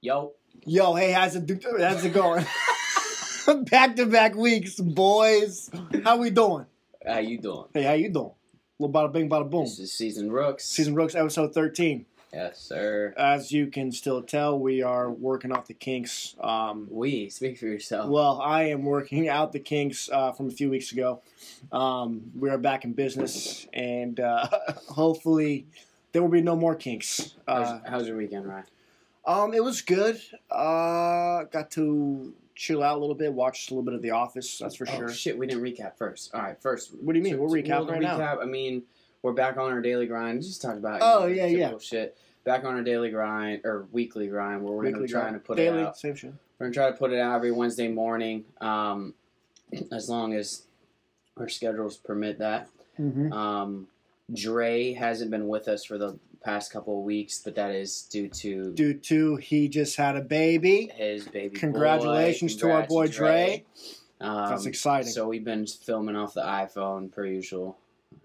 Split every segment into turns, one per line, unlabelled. Yo.
Yo, hey, how's it, how's it going? Back to back weeks, boys. How we doing?
How you doing?
Hey, how you doing? Little bada bing, bada boom.
This is Season Rooks.
Season Rooks, episode 13.
Yes, sir.
As you can still tell, we are working off the kinks. Um,
We speak for yourself.
well, I am working out the kinks uh, from a few weeks ago. Um, we are back in business, and uh, hopefully, there will be no more kinks. Uh,
how's, how's your weekend, Ryan?
um, it was good. Uh, got to chill out a little bit, watch a little bit of The Office. That's for
Oh
sure.
shit, we didn't recap first. All right, first.
What do you mean? We'll recap right now.
now. I mean, we're back on our daily grind. Just talk about.
Oh, yeah,
typical Shit. Back on our daily grind or weekly grind, where we're gonna
Weekly
try
grind.
to put
daily,
it out.
same shit.
We're gonna try to put it out every Wednesday morning, um, as long as our schedules permit that.
Mm-hmm.
Um, Dre hasn't been with us for the past couple of weeks, but that is due to
Due to he just had a baby.
his baby. boy.
Congratulations to our
Congrats,
boy Dre.
Um,
That's exciting.
So we've been filming off the iPhone per usual.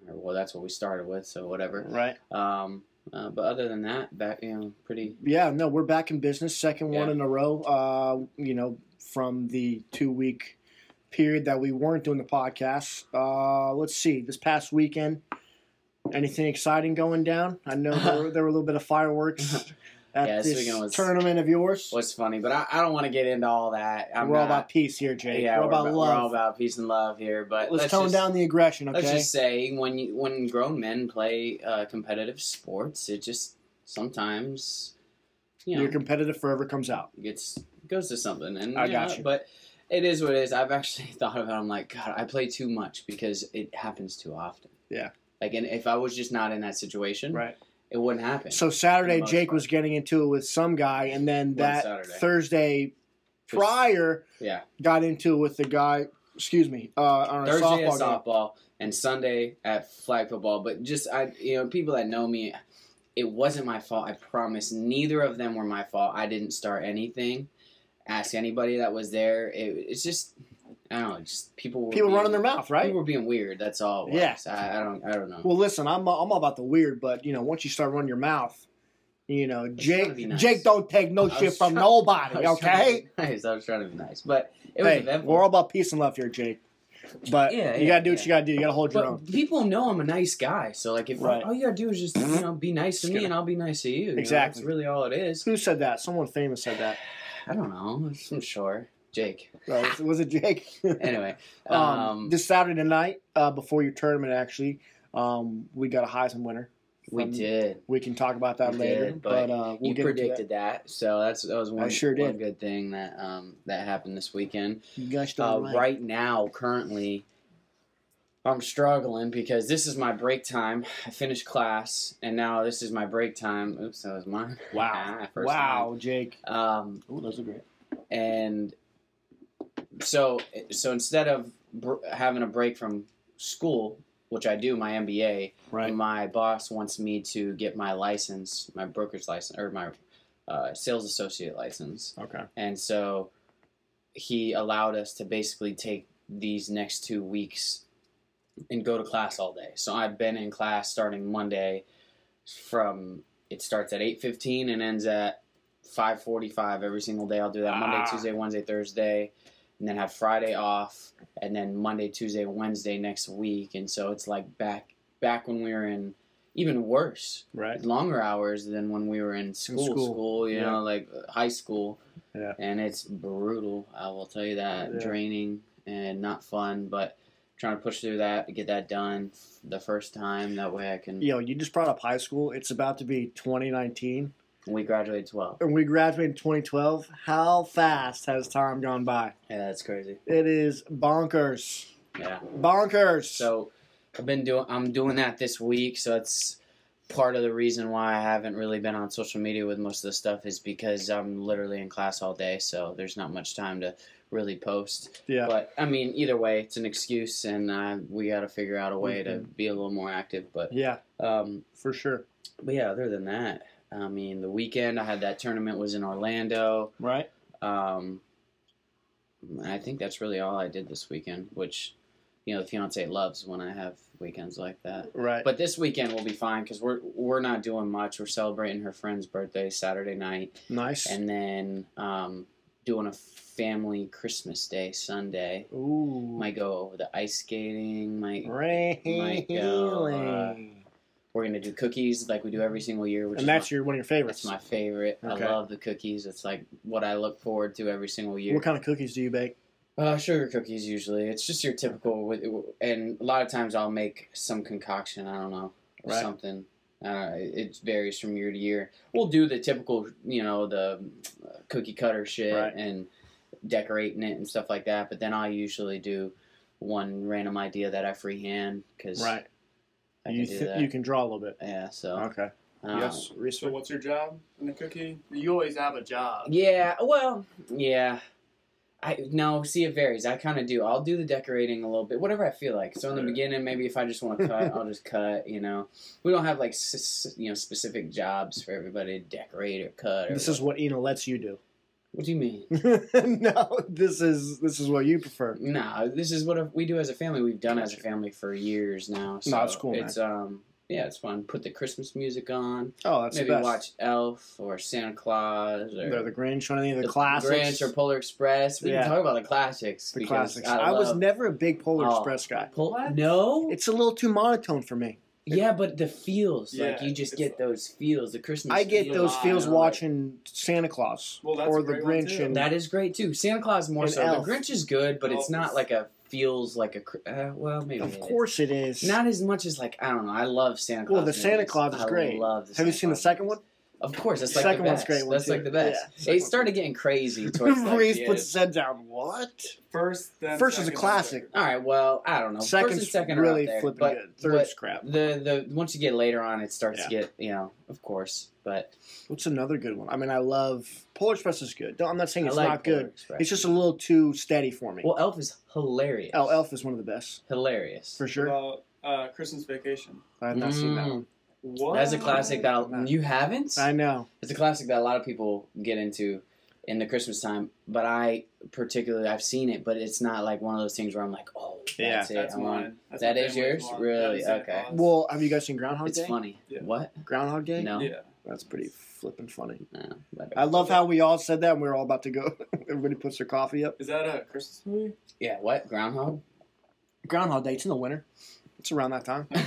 Or, Well, that's what we started with, so whatever.
right?
Um, uh, but other than that, back you know, pretty
Yeah, no, we're back in business. Second one
Yeah.
in a row. Uh, you know, from the two week period that we weren't doing the podcast. Uh, let's see, this past weekend, anything exciting going down? I know there were, there were a little bit of fireworks at
Yeah, this
this,
weekend was-
tournament of yours.
was funny. But I, I don't want to get into all that. I'm
we're all
not-
about peace here, Jake.
yeah,
we're, about
about-
love.
all about peace and love here. But
let's,
let's
tone
just-
down the aggression, okay?
Let's just say when you, when grown men play uh, competitive sports, it just sometimes you know
Your competitive forever comes out.
gets goes to something. And
I
you know,
got you.
but it is what it is. I've actually thought about. it. I'm like, God, I play too much because it happens too often.
Yeah.
Like, and if I was just not in that situation,
Right.
it wouldn't happen.
So Saturday,
most
Jake
part.
was getting into it with some guy, and then that
Saturday.
Thursday
Was-
prior
yeah,
got into it with the guy. Excuse me, uh, on a
Thursday at
softball game.
softball and Sunday at flag football. But just I, you know, people that know me, it wasn't my fault. I promise. Neither of them were my fault. I didn't start anything. Ask anybody that was there. It, it's just I don't know. Just people were
People
being,
running their mouth, right?
People were being weird. That's all. It was.
Yeah.
I, I don't. I don't know.
Well, listen, I'm I'm all about the weird, but you know, once you start running your mouth, you know,
gotta
Jake
be nice.
Jake don't take no
I
shit
was
from
try- I
nobody,
was trying to
okay?
be Nice. I was trying to be nice, but it was
Hey,
eventful.
we're all about peace and love here, Jake. But
Yeah,
you
yeah,
gotta do what
yeah.
you gotta do. You gotta hold your own.
but people know I'm a nice guy, so like if
Right. Mm-hmm.
all you gotta do is just you know be nice to
Just
me,
gonna-
and I'll be nice to you. you know?
Exactly.
That's really all it is.
Who said that? Someone famous said that.
I don't know. I'm sure. Jake.
Right, was it Jake?
Anyway,
Um,
um,
this Saturday night, uh, before your tournament, actually, um, we got a Heisman winner.
we
from-
did.
We can talk about that
We
later,
did,
but,
but
uh, we'll
you
get predicted.
predicted that. so that's that was one,
sure
one
did.
good thing that um, that happened this weekend.
That. You guys
Uh,
don't
right.
like-
now, currently, I'm struggling because this is my break time. I finished class, and now this is my break time. Oops, that was mine.
Wow!
First
wow, Jake.
time. Um,
Ooh, those are great.
and so so instead of br- having a break from school, which I do my MBA,
Right.
my boss wants me to get my license, my broker's license, or my uh, sales associate license.
Okay.
And so he allowed us to basically take these next two weeks and go to class all day. So I've been in class starting Monday from it starts at 8:15 and ends at 5:45 every single day. I'll do that Monday,
Ah.
Tuesday, Wednesday, Thursday, and then have Friday off and then Monday, Tuesday, Wednesday next week. And so it's like back back when we were in even worse
Right.
longer hours than when we were in school.
school,
School, you
yeah.
know, like uh, high school.
Yeah.
And it's brutal. I will tell you that.
Yeah.
Draining and not fun, but trying to push through that, get that done the first time. That way I can.
Yo, you just brought up high school. It's about to be 2019,
We graduated twelve.
and we graduated in 2012. How fast has time gone by?
Yeah, that's crazy.
It is bonkers.
Yeah.
Bonkers.
So I've been doing. I'm doing that this week. So that's part of the reason why I haven't really been on social media with most of the stuff is because I'm literally in class all day. So there's not much time to really post.
yeah.
But I mean, either way, it's an excuse, and uh, we got to figure out a way to be a little more active. But
yeah,
um,
for sure.
but yeah, other than that, I mean, the weekend I had that tournament was in Orlando.
Right.
Um, I think that's really all I did this weekend, which you know the fiance loves when I have weekends like that.
Right.
But this weekend will be fine because we're we're not doing much. We're celebrating her friend's birthday Saturday night,
nice.
and then um, doing a family Christmas Day Sunday.
Ooh.
Might go over the ice skating. Might
really?
might go, uh, we're gonna do cookies like we do every single year. Which
and
is
that's
my,
your one of your favorites.
that's my favorite.
Okay.
I love the cookies. It's like what I look forward to every single year.
What kind of cookies do you bake?
Uh, sugar cookies usually. It's just your typical, with- and a lot of times I'll make some concoction. I don't know
Right.
something. Uh, it it varies from year to year. We'll do the typical, you know, the uh, cookie cutter shit
Right.
and decorating it and stuff like that. But then I usually do one random idea that I freehand because
Right.
I can
You
do
th-
that.
you can draw a little bit.
yeah. So
Okay.
um,
yes.
So
Respect.
what's your job in the cookie? You always have a job.
Um, Yeah, well, yeah. I no, see it varies. I kind of do. I'll do the decorating a little bit, whatever I feel like. So in the
Right.
beginning, maybe if I just want to cut, I'll just cut. You know, we don't have like s- s- you know specific jobs for everybody to decorate or cut. Or
This is what Ina lets you do.
what do you mean?
no, this is this is what you prefer.
No, this is what we do as a family. We've done as a family for years now. So
that's cool, man.
It's um yeah, it's fun. Put the Christmas music on.
Oh, that's
maybe
the best.
watch Elf or Santa Claus or
They're the Grinch, one of the, the classics.
Grinch or Polar Express. We
Yeah.
can talk about the classics.
the
because
classics. I, was
love-
never a big Polar
Oh.
Express guy.
Pol-
What?
No.
It's a little too monotone for me.
yeah, but the feels. like
Yeah,
you just
it's
get
like-
those feels. The Christmas.
I get
feel
those
alive,
feels
you know,
watching Santa Claus
Well, that's
or
a
the
great one,
Grinch,
too.
like-
and
that is great too. Santa Claus more
And
so.
Elf.
The Grinch is good, but it's
Elf
not
is-
like a feels like a. cr- Uh, well, maybe. it
of
is.
course it is.
Not as much as like I don't know. I love Santa Claus.
Well, the Santa
movies.
Claus is
I
great.
Love the
Have you
Santa
seen the
Claus
second
movies.
one?
Of course, that's
The
like
second
the
one's
best.
great one,
that's
too.
like the best.
Yeah, second
They
one's
started getting crazy towards like,
Reese
the end.
puts his head down. What?
First, then
First is a
second, then
classic.
third.
All right, well, I don't know. First and
Second's
second are
really
up there,
flipping
but,
good. Third's
but
crap.
the the once you get later on, it starts to get you know, of course. But
What's another good one? I mean, I love Polar Express is good. No, I'm not
I
saying it's
like
not
Polar
good.
Express.
It's just a little too steady for me.
well, Elf is hilarious.
oh, Elf is one of the best
hilarious.
for sure.
About uh, Christmas Vacation.
I have not seen that
Mm.
one.
What?
That's a classic that I'll,
Nah.
you haven't.
I know.
It's a classic that a lot of people get into in the Christmas time, but I particularly I've seen it, but it's not like one of those things where I'm like, oh,
Yeah.
that's it.
That's
I want-
mine. That's
That
my
is
family's
yours?
one.
Really?
That's Santa
Okay.
Claus.
Well, have you guys seen Groundhog
It's
Day?
funny.
Yeah.
What?
Groundhog Day?
No.
Yeah.
That's pretty flipping funny.
No. But,
I love how we all said that and we were all about to go. Everybody puts their coffee up.
Is that a Christmas movie?
yeah. What? Groundhog.
Groundhog Day, it's in the winter. It's around that time.
I knew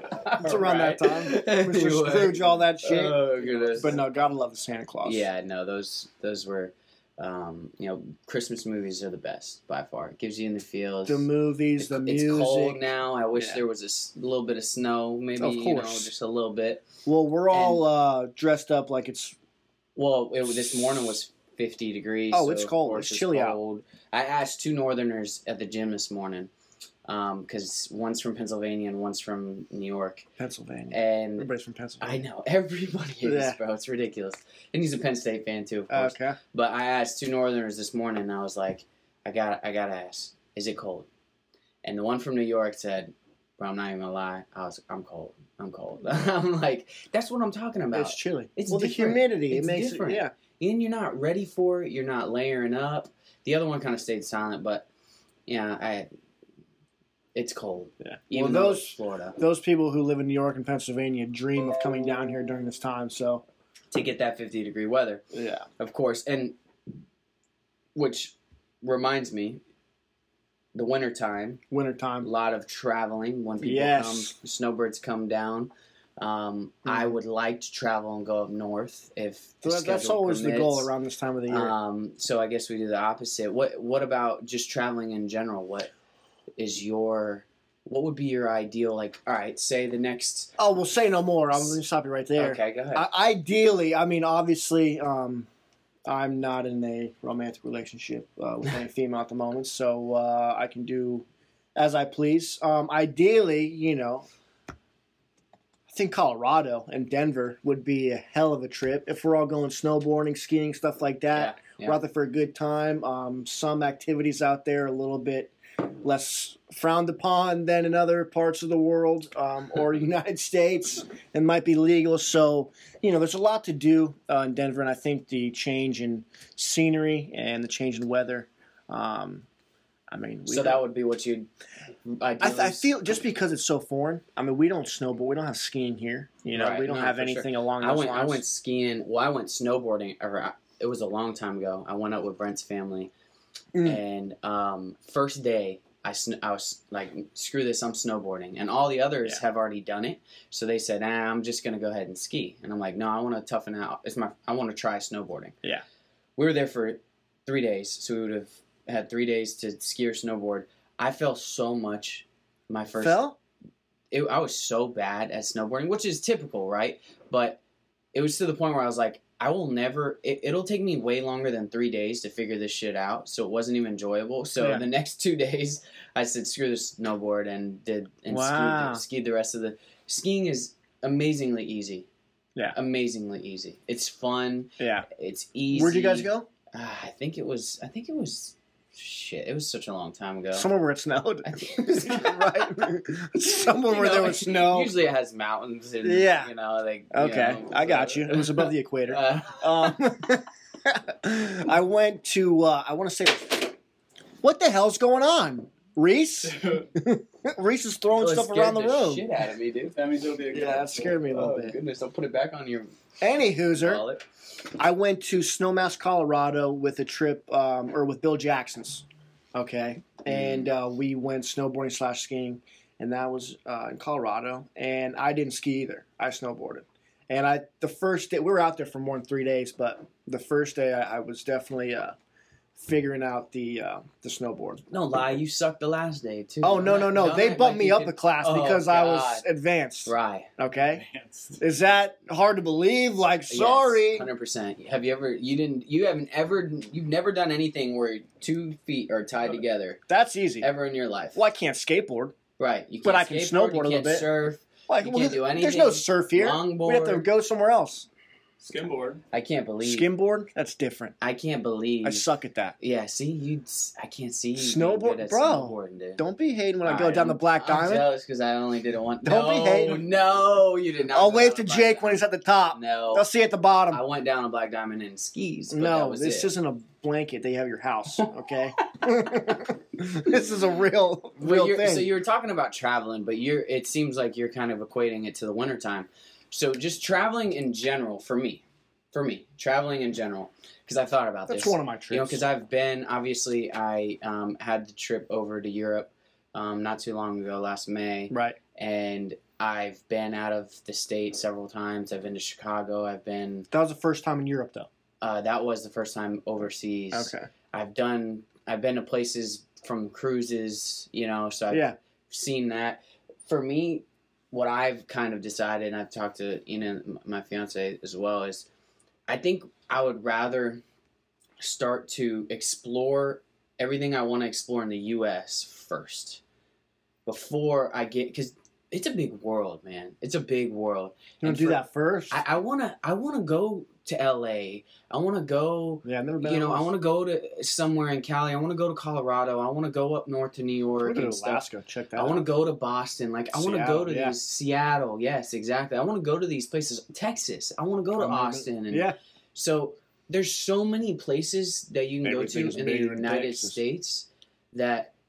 that.
It's around that time. Mr. Scrooge, all that shit.
Oh goodness.
but no, gotta love the Santa Claus.
Yeah, no, those those were, um, you know, Christmas movies are the best by far. It gives you in the feels.
The movies, the
It's
music.
cold now. I wish
Yeah.
there was a s- little bit of snow, maybe
Of
you know,
course.
just a little bit.
Well, we're all uh, dressed up like it's
Well, it, this morning was fifty degrees.
Oh,
so
it's
of
cold.
course
It's chilly out.
cold. I asked two Northerners at the gym this morning, because one's from Pennsylvania and one's from New York,
Pennsylvania.
and
Everybody's from
I
Pennsylvania.
know everybody is,
Yeah. Uh,
bro. It's ridiculous. And he's a Penn State fan too, of course.
okay.
But I asked two Northerners this morning, and I was like, I got, I got to ask, is it cold? And the one from New York said, "Bro, I'm not even gonna lie. I was, I'm cold. I'm cold. I'm like, that's what I'm talking about.
It's chilly.
It's
well, the
different.
humidity.
It's
it makes
different.
it. Yeah.
and you're not ready for it. You're not layering up. The other one kind of stayed silent, but yeah, I, it's cold.
Yeah.
Even
Well,
though
those-
it's Florida,
Those people who live in New York and Pennsylvania dream of coming down here during this time. So
to get that 50 degree weather.
yeah.
Of course, and which reminds me, the wintertime,
Winter
a
time.
lot of traveling when people
Yes. Hmm.
come, snowbirds come down. Um, I would like to travel and go up north if the
So that, that's
schedule
always the
permits.
goal around this time of the year.
Um, so I guess we do the opposite. What What about just traveling in general? What is your what would be your ideal like? All right, say the next.
oh, well, say no more. I'm going to stop you right there.
Okay, go ahead.
I, ideally, I mean, obviously, um, I'm not in a romantic relationship uh, with any female at the moment, so uh, I can do as I please. Um, ideally, you know, I think Colorado and Denver would be a hell of a trip if we're all going snowboarding, skiing, stuff like that.
Yeah, yeah.
We're out there for a good time. Um, some activities out there are a little bit less frowned upon than in other parts of the world um, or United States and might be legal. So, you know, there's a lot to do uh, in Denver, and I think the change in scenery and the change in weather. Um, I mean, we
so that would be what you'd.
I,
ideally-
th- I feel just because it's so foreign. I mean, we don't snow, but we don't have skiing here. You know,
Right,
we don't
no,
have
for sure.
anything along
I
those
went. I
lines.
went skiing. Well, I went snowboarding. Or I- it was a long time ago. I went out with Brent's family,
Mm.
and um, first day I sn- I was like, screw this, I'm snowboarding, and all the others have already done it. So they said, ah, I'm just gonna go ahead and ski, and I'm like, no, I want to toughen out. It's my. I want to try snowboarding.
Yeah.
We were there for three days, so we would have had three days to ski or snowboard. I fell so much. My first
Fell?
it, I was so bad at snowboarding, which is typical, right? But it was to the point where I was like, I will never. It, it'll take me way longer than three days to figure this shit out, so it wasn't even enjoyable. So
Yeah.
the next two days, I said, "Screw the snowboard," and did and
Wow.
skied, the, skied the rest of the. Skiing is amazingly easy.
Yeah.
amazingly easy. It's fun.
Yeah.
It's easy.
Where'd you guys go?
Uh, I think it was. I think it was. Shit, it was such a long time ago.
Somewhere where it snowed.
I think it was-
right? Somewhere
You
where there
know,
was snow.
Usually it has mountains and
Yeah.
you know like you
Okay,
know,
I got you. It was above the equator.
Uh,
Um, I went to. Uh, I want to say, what the hell's going on, Reese? Reese is throwing
it
stuff
scared
around the room.
Shit out of me, dude.
that means it'll be a good
Yeah, that scared me a little
Oh
bit.
goodness, I'll put it back on your
Any hooser,
wallet.
I went to Snowmass, Colorado, with a trip um, or with Bill Jackson's. Okay, and uh, we went snowboarding slash skiing, and that was uh, in Colorado. And I didn't ski either. I snowboarded, and I the first day we were out there for more than three days, but the first day I, I was definitely uh, figuring out the uh, the snowboard.
No lie, you sucked the last day too.
Oh no no no!
Don't
they
act
bumped
like
me
you
up a
did-
class
Oh,
because I was
God.
advanced.
Right.
Okay,
advanced.
is that hard to believe? Like sorry.
Hundred percent. Have you ever? You didn't. You haven't ever. You've never done anything where two feet are tied together
That's easy.
ever in your life.
Well, I can't skateboard.
Right. You can't
But I can snowboard a
you
little
can't
bit.
Surf.
Like,
You
well,
can't do
There's no
anything.
surf here. We have to
Longboard.
go somewhere else.
Skimboard.
I can't believe.
Skimboard? That's different.
I can't believe.
I suck at that.
Yeah, see, you. I can't see you. being
Snowboard-
good at
bro,
snowboarding, dude.
Don't be hating when I go
Alright,
down the Black
I'm
Diamond.
jealous because I only did it one.
Don't be
no,
hating.
No, you did not.
I'll
go
wave
down
to
a Black
Jake when he's at the top.
No,
They'll see you at the bottom.
I went down a black diamond in skis. But that
no,
was
this
it.
is isn't a blanket they have at your house, okay? this is a real,
But
real
you're-
thing.
So you were talking about traveling, but you're. It seems like you're kind of equating it to the wintertime. So just traveling in general for me, for me, traveling in general, because I thought about
That's
this.
one of my trips.
You know, because I've been obviously I um, had the trip over to Europe um, not too long ago, last May.
right.
and I've been out of the state several times. I've been to Chicago. I've been.
That was the first time in Europe, though.
Uh, that was the first time overseas. I've done. I've been to places from cruises. You know, so I've
yeah.
seen that. For me, what I've kind of decided, and I've talked to you know my fiance as well, is I think I would rather start to explore everything I want to explore in the U.S. first before I get because it's a big world, man. It's a big world.
You want
and
to do
for-
that first?
I, I wanna I wanna go to L.A. I wanna go
yeah, I've never been.
you know, I want to go to somewhere in Cali. I want to go to Colorado. I want to go up north to New York
to
and stuff.
Alaska. Check that
I want to
out.
go to Boston. Like I want to go
Seattle,
to
yeah.
these Seattle. Yes, exactly. I want to go to these places. Texas. I want to go to
I wanna go-
Austin. And
Yeah.
So there's so many places that you can
Everything's
go to in the
bigger in
United
Texas.
States that.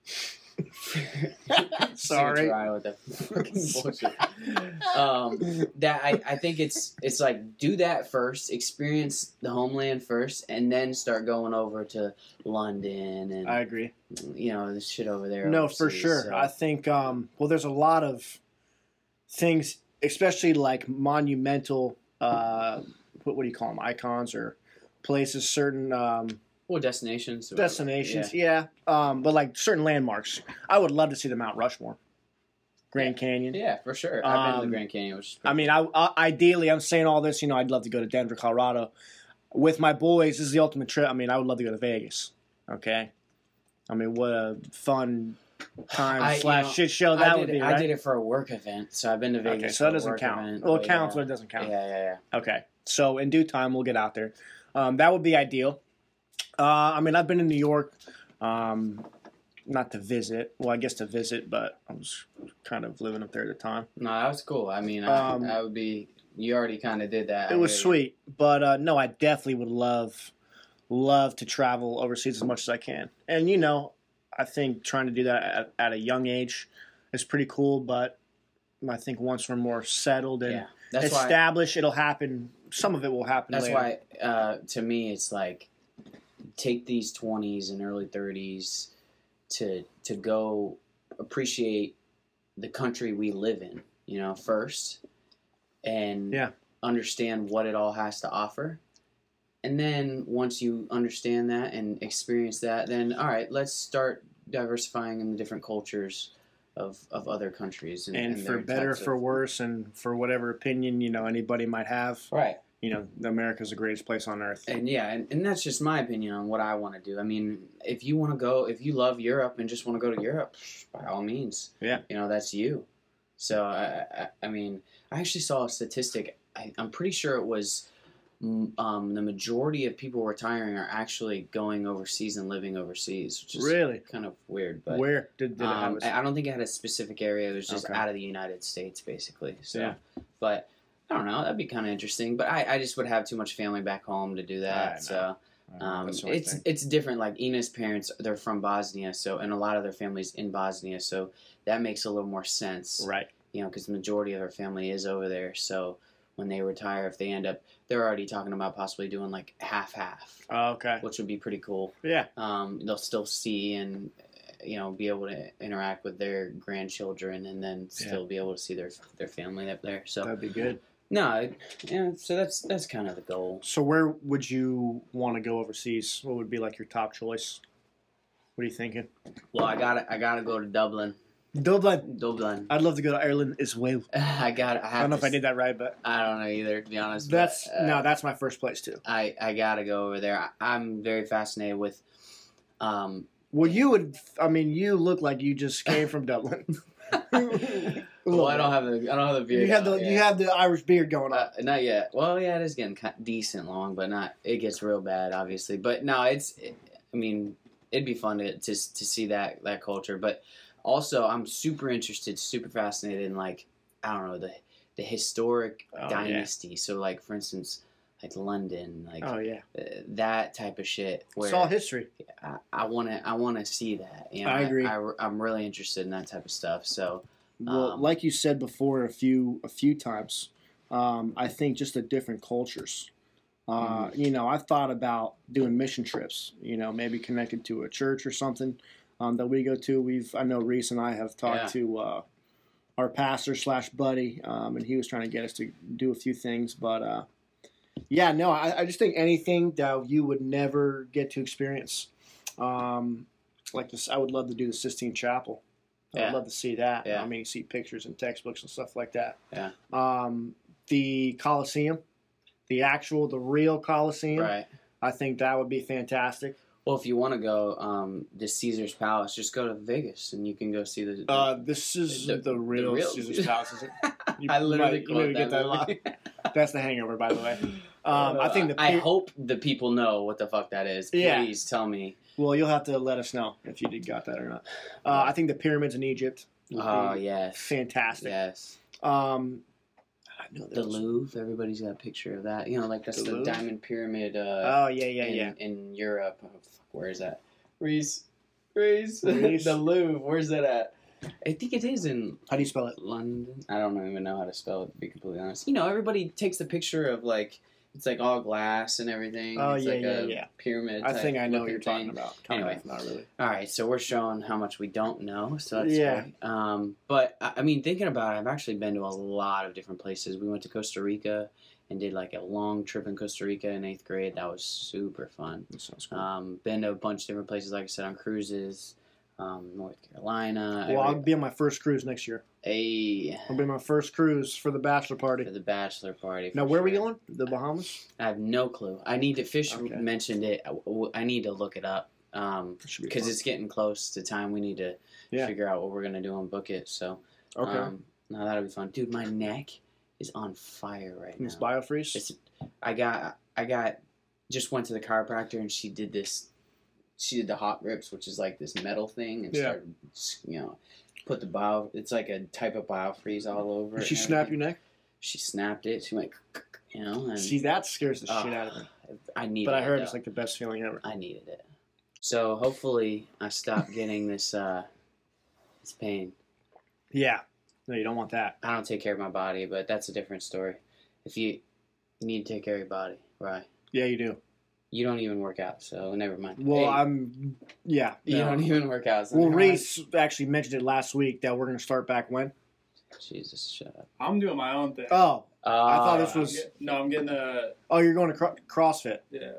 Sorry.
Try with the fucking bullshit. um, that I, I think it's it's like do that first, experience the homeland first, and then start going over to London and
I agree.
you know this shit over there.
No, for
overseas,
sure.
so-
I think um, well, there's a lot of things, especially like monumental. Uh, what, what do you call them? Icons or places, certain um,
well, destinations. or whatever.
destinations.
Yeah.
Yeah, Um, but like certain landmarks. I would love to see the Mount Rushmore, Grand Canyon.
Yeah, for sure. I've been to
Um,
the Grand Canyon, which is
I mean, I, I ideally, I'm saying all this. You know, I'd love to go to Denver, Colorado, with my boys. This is the ultimate trip. I mean, I would love to go to Vegas. Okay, I mean, what a fun time
I- you
slash
know,
shit show
I
that
did,
would be.
it-
Right?
I did it for a work event, so I've been to Vegas.
Okay, so that
for a
doesn't
work
count.
event,
well, it
but
counts,
Yeah.
but it doesn't
yeah,
count.
yeah, yeah.
Okay, so in due time we'll get out there. Um, that would be ideal. Uh, I mean, I've been in New York, um, not to visit. Well, I guess to visit, but I was kind of living up there at the time.
No, that was cool. I mean, I,
Um,
I would be. You already kind of did that. I
It was
hear you.
sweet, but uh, no, I definitely would love, love to travel overseas as much as I can. And you know, I think trying to do that at, at a young age is pretty cool, but I think once we're more settled and
yeah, that's why.
established, it'll happen. Some of it will happen.
That's
later.
why, uh, to me, it's like take these twenties and early thirties to to go appreciate the country we live in, you know, first, and
Yeah.
understand what it all has to offer, and then once you understand that and experience that, then all right, let's start diversifying in the different cultures of of other countries and,
and
and
for
their
better,
types of-
for worse, and for whatever opinion you know anybody might have,
right.
you know, America's the greatest place on earth.
And yeah, and, and that's just my opinion on what I want to do. I mean, if you want to go, if you love Europe and just want to go to Europe, psh, by all means.
Yeah.
You know, that's you. So, I, I, I mean, I actually saw a statistic. I, I'm pretty sure it was mm, um, the majority of people retiring are actually going overseas and living overseas, which is
really,
kind of weird. But
where did, did
um,
it
I
have?
I don't think it had a specific area. It was just
Okay.
out of the United States, basically. So,
Yeah.
but I don't know. That'd be kind of interesting. But I, I just would have too much family back home to do
I know.
that. So
Oh,
um, it's it's different. Like Ina's parents, they're from Bosnia, so and a lot of their families in Bosnia, so that makes a little more sense.
right.
You know, because the majority of her family is over there. So when they retire, if they end up, they're already talking about possibly doing like half half,
Oh, okay.
which would be pretty cool
Yeah.
um, they'll still see and you know be able to interact with their grandchildren and then still be able to see their their family up there so
That'd be good.
no it- yeah so that's that's kind of the goal
So, where would you want to go overseas? What would be like your top choice? What are you thinking?
well i gotta i gotta go to dublin
Dublin.
dublin
I'd love to go to Ireland as well.
i got i,
I
have
don't know if
to
I did that right, but
s- i don't know either to be honest but,
that's
uh,
no, that's my first place too.
i i gotta go over there I, i'm very fascinated with um
Well, you would. I mean, you look like you just came from Dublin.
well Oh, i don't have the i don't have the beard Oh,
You have
out
the
yet.
you have the Irish beard going on.
Uh, not yet. Well, yeah, it is getting ki decent long, but not. It gets real bad, obviously. But no, it's. I mean, it'd be fun to to to see that that culture. But also, I'm super interested, super fascinated in like I don't know the the historic
Oh, yeah.
dynasty. So like for instance, like London, like
oh yeah,
uh, that type of shit. Where
it's all history.
I- I want to I want to see that. You know,
I agree.
I, am really interested in that type of stuff. So
Well,
Um,
like you said before, a few a few times, um, I think just the different cultures. Uh,
Mm-hmm.
You know, I thought about doing mission trips. You know, maybe connected to a church or something um, that we go to. We've I know Reese and I have talked
Yeah.
to uh, our pastor slash buddy, um, and he was trying to get us to do a few things. But uh, yeah, no, I, I just think anything that you would never get to experience, um, like this, I would love to do the Sistine Chapel.
Yeah.
I'd love to see that.
Yeah.
I mean, you see pictures and textbooks and stuff like that.
Yeah.
Um, the Coliseum, the actual, the real Coliseum.
right.
I think that would be fantastic.
Well, if you want to go um, to Caesar's Palace, just go to Vegas and you can go see the.
Uh, this is
The-
the,
the
real,
real-
Caesar's Palace, is it? You
I literally
might- you
quote
maybe get that a lot.
movie.
That's the Hangover, by the way. Um, I think the
I
pi-
hope the people know what the fuck that is. Please
Yeah.
tell me.
Well, you'll have to let us know if you did got that or not. Uh, I think the pyramids in Egypt. would
Oh
be
yes,
Fantastic.
yes.
Um, I know there
The
was-
Louvre. Everybody's got a picture of that. You know, like that's
The
the,
Louvre?
Diamond Pyramid. Uh,
Oh yeah, yeah,
in,
yeah.
in Europe. Oh, fuck, where is that? Reese, Reese,
Reese.
the Louvre. Where's that at? I think it is in
How do you spell it?
London. I don't even know how to spell it. To be completely honest, you know, everybody takes the picture of like it's like all glass and everything.
Oh,
it's
yeah,
like
yeah,
a
yeah.
Pyramid.
I
type
think I know
looking
what you're talking
thing.
about. Kind
Anyway.
of, not really.
All right, so we're showing how much we don't know. So that's
Yeah.
yeah. Um, but I I mean, thinking about it, I've actually been to a lot of different places. We went to Costa Rica and did like a long trip in Costa Rica in eighth grade. That was super fun.
That sounds cool.
Um, been to a bunch of different places, like I said, on cruises. Um, North Carolina.
Well, I'll
every-
be on my first cruise next year.
Hey,
I'll be on my first cruise for the bachelor
for
party.
the bachelor party. for
Now, where are we
sure.
going? The Bahamas?
I have no clue. I need to. Fish
Okay.
mentioned it. I, w- I need to look it up because
Should be fun.
it's getting close to time. We need to
Yeah.
figure out what we're gonna do and book it. So
okay.
um, no, that'll be fun, dude. My neck is on fire right now.
it's biofreeze.
It's, I got I got just went to the chiropractor and she did this. She did the hot grips, which is like this metal thing, and
Yeah.
started you know put the bio. It's like a type of biofreeze all over.
Did
and
she snap
everything.
your neck?
She snapped it. She went, you know, and
See, that scares the
Ah,
shit out of me.
I needed.
But I
it,
heard
though.
it's like the best feeling ever.
I needed it. So hopefully I stop getting this uh, this pain.
Yeah. No, you don't want that.
I don't take care of my body, but that's a different story. If you you need to take care of your body, right?
Yeah, you do.
You don't even work out, so never mind.
Well,
Hey,
I'm. Yeah.
you
no.
don't even work out. So
Well,
never mind.
Reese actually mentioned it last week that we're going to start back when?
Jesus, shut up.
I'm doing my own thing.
Oh,
Uh,
I thought this
I'm
was-
get- no, I'm getting a
oh, you're going to cro- CrossFit.
yeah,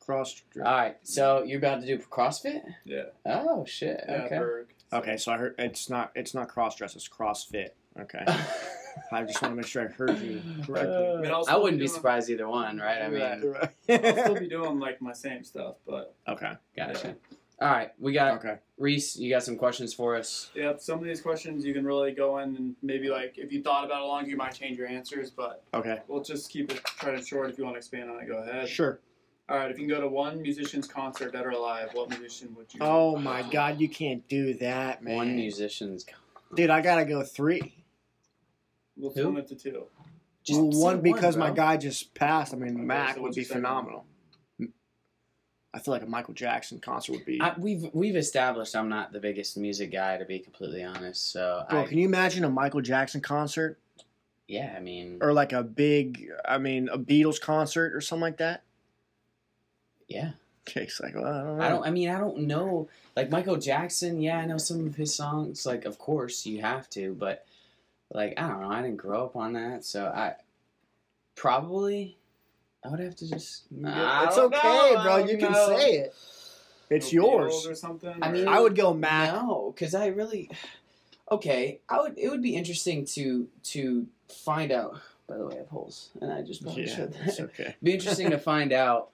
Cross.
All right, so you're about to do CrossFit?
yeah,
Oh shit.
yeah.
okay.
Berg.
Okay, so I heard it's not it's not cross dress, it's CrossFit. Okay, I just want to make sure I heard you correctly.
I, mean, I'll
I
still
wouldn't be
doing-
surprised either one, right? I mean,
Right,
I'll still
right.
be doing like my same stuff, but
okay,
gotcha. All right, we got
okay,
Reese. You got some questions for us?
yeah, some of these questions you can really go in and maybe like if you thought about it long, you might change your answers, but
okay,
we'll just keep it try to short. If you want to expand on it, go
uh,
ahead.
sure.
All right, if you can go to one musician's concert, dead or alive, what musician would you?
Oh my God, you can't do that,
One
man.
musician's.
Dude, I gotta go three.
We'll
Who?
film it to two.
Just
well,
say
one because my
bro.
guy just passed. I mean,
Okay,
Mac
so
would
what's
be
your second one?
phenomenal. I feel like a Michael Jackson concert would be.
I, we've we've established I'm not the biggest music guy to be completely honest. So
Bro,
I,
can you imagine a Michael Jackson concert
yeah, I mean,
or like a big, I mean, a Beatles concert or something like that?
yeah.
Jake's like, well, I don't know.
I don't. I mean, I don't know. Like Michael Jackson, yeah, I know some of his songs. Like, of course you have to, but like I don't know. I didn't grow up on that, so I probably I would have to just. I
it's
don't
okay,
know, I
bro.
don't
You can
know.
say it. It's
No Beatles
yours.
or something.
I
or-
mean-
I would go Mac.
No, because I really okay. I would. It would be interesting to to find out. By the way, I have holes, and I just probably
Yeah,
showed that.
it's okay.
be interesting to find out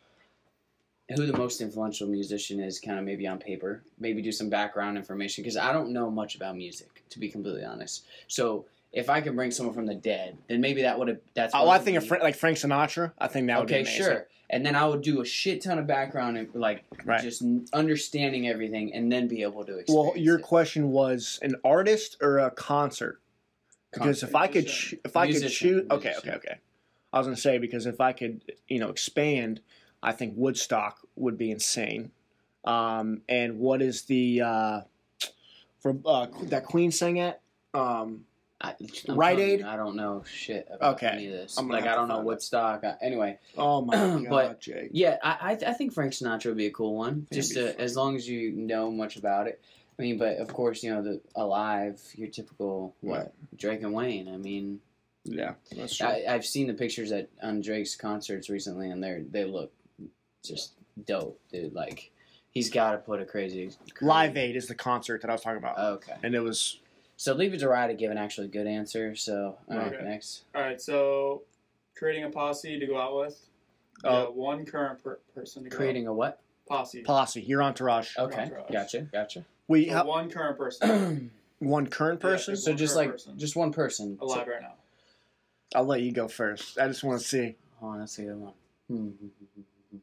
who the most influential musician is kind of maybe on paper maybe do some background information because i don't know much about music to be completely honest so if i can bring someone from the dead then maybe that would have that's
Oh,
what
I
it would
think a
be.
Fra- like Frank Sinatra. I think that would
okay
be amazing.
sure and then i would do a shit ton of background and like
Right.
just n- understanding everything and then be able to experience
Well, your
it.
question was an artist or a concert? Because if I could, ch-
Musician.
if I could
Musician,
choose, okay,
musician.
okay, okay. I was gonna say because if I could, you know, expand, I think Woodstock would be insane. Um, and what is the uh, for uh, that Queen sang at? Um,
I,
Rite
right
Aid?
aid i don't know shit about
Okay.
any of this
I'm gonna
like
have
i
to
don't know
find
woodstock I, anyway
oh my god,
But-
Jake!
Yeah, I I, th- I think Frank Sinatra would be a cool one.
That'd
Just
be
uh
fun.
as long as you know much about it. I mean, but of course, you know the Alive, your typical what Drake and Wayne. I mean,
Yeah, that's true.
I, I've seen the pictures at on Drake's concerts recently, and they are they look just dope, dude. Like he's got to put a crazy, crazy
Live Aid is the concert that I was talking about,
Okay,
and it was
so leave it to Rye to give an actually good answer. So all right,
Okay.
next.
All right, so creating a posse to go out with.
Oh.
Yeah, one current per- person to go
Creating a what?
out. posse.
Posse, your entourage.
Okay,
Entourage.
gotcha, gotcha.
We
So
have
one current person
one current
Yeah,
person.
there's
so
one
just
per
like
person.
just one person.
alive right now.
I'll let you go first. I just want to see.
Oh, that's a good one. Hmm.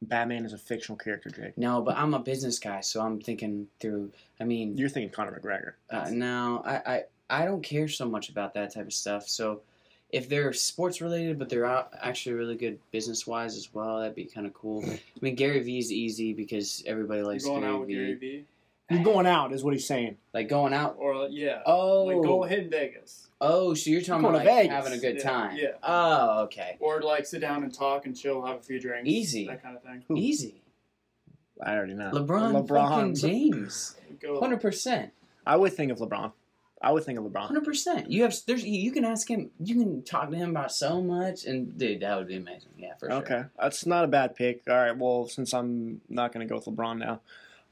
Batman is a fictional character, Jake.
No, but I'm a business guy, so I'm thinking through. I mean,
You're thinking Conor McGregor.
uh, no, I, I I don't care so much about that type of stuff. So if they're sports related, but they're out actually really good business wise as well, that'd be kind of cool. I mean, Gary Vee's easy because everybody
You're
likes
going out
Gary
with Gary
Vee.
V.
You're going out, is what he's saying.
Like going out.
Or yeah.
Oh,
Like go hit in Vegas.
oh, so you're talking
Going
about
to
like
Vegas.
having a good
Yeah,
time.
yeah.
Oh, okay.
Or like sit down and talk and chill, have a few drinks.
Easy.
That kind of thing.
Who?
Easy.
I already know.
LeBron, fucking James.
Go.
Hundred percent.
I would think of LeBron. I would think of LeBron.
Hundred percent. You have there's you can ask him. You can talk to him about so much, and dude, that would be amazing. Yeah, for sure.
Okay, that's not a bad pick. All right, well, since I'm not going to go with LeBron now,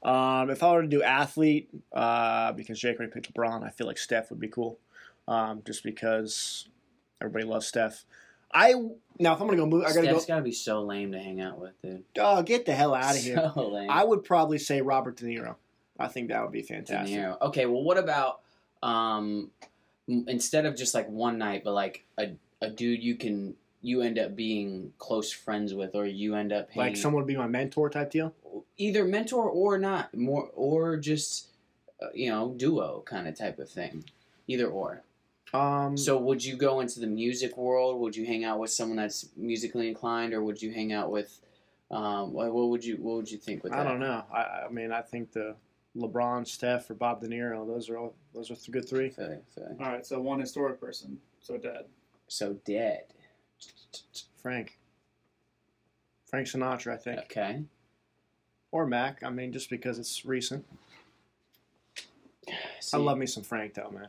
um, if I were to do athlete, uh, because Jake already picked LeBron, I feel like Steph would be cool, um, just because everybody loves Steph. I now if I'm going to go move, I got to
Steph's
go.
gotta be so lame to hang out with, dude.
Oh, get the hell out of here!
So lame.
I would probably say Robert De Niro. I think that would be
De
fantastic.
Niro. Okay, well, what about um, m- instead of just like one night, but like a a dude you can you end up being close friends with, or you end up hanging,
Like someone would be my mentor type deal.
either mentor or not, more or just uh, you know duo kind of type of thing, either or.
Um,
So would you go into the music world? Would you hang out with someone that's musically inclined, or would you hang out with? Um, what what would you What would you think with
I
that?
don't know. I, I mean, I think the LeBron, Steph, or Bob De Niro. Those are all, those are the good three.
Feel you, feel you.
All right, so one historic person, so dead.
So dead.
Frank, Frank Sinatra, I think,
Okay.
or Mac. I mean, just because it's recent.
See,
I love me some Frank though, man.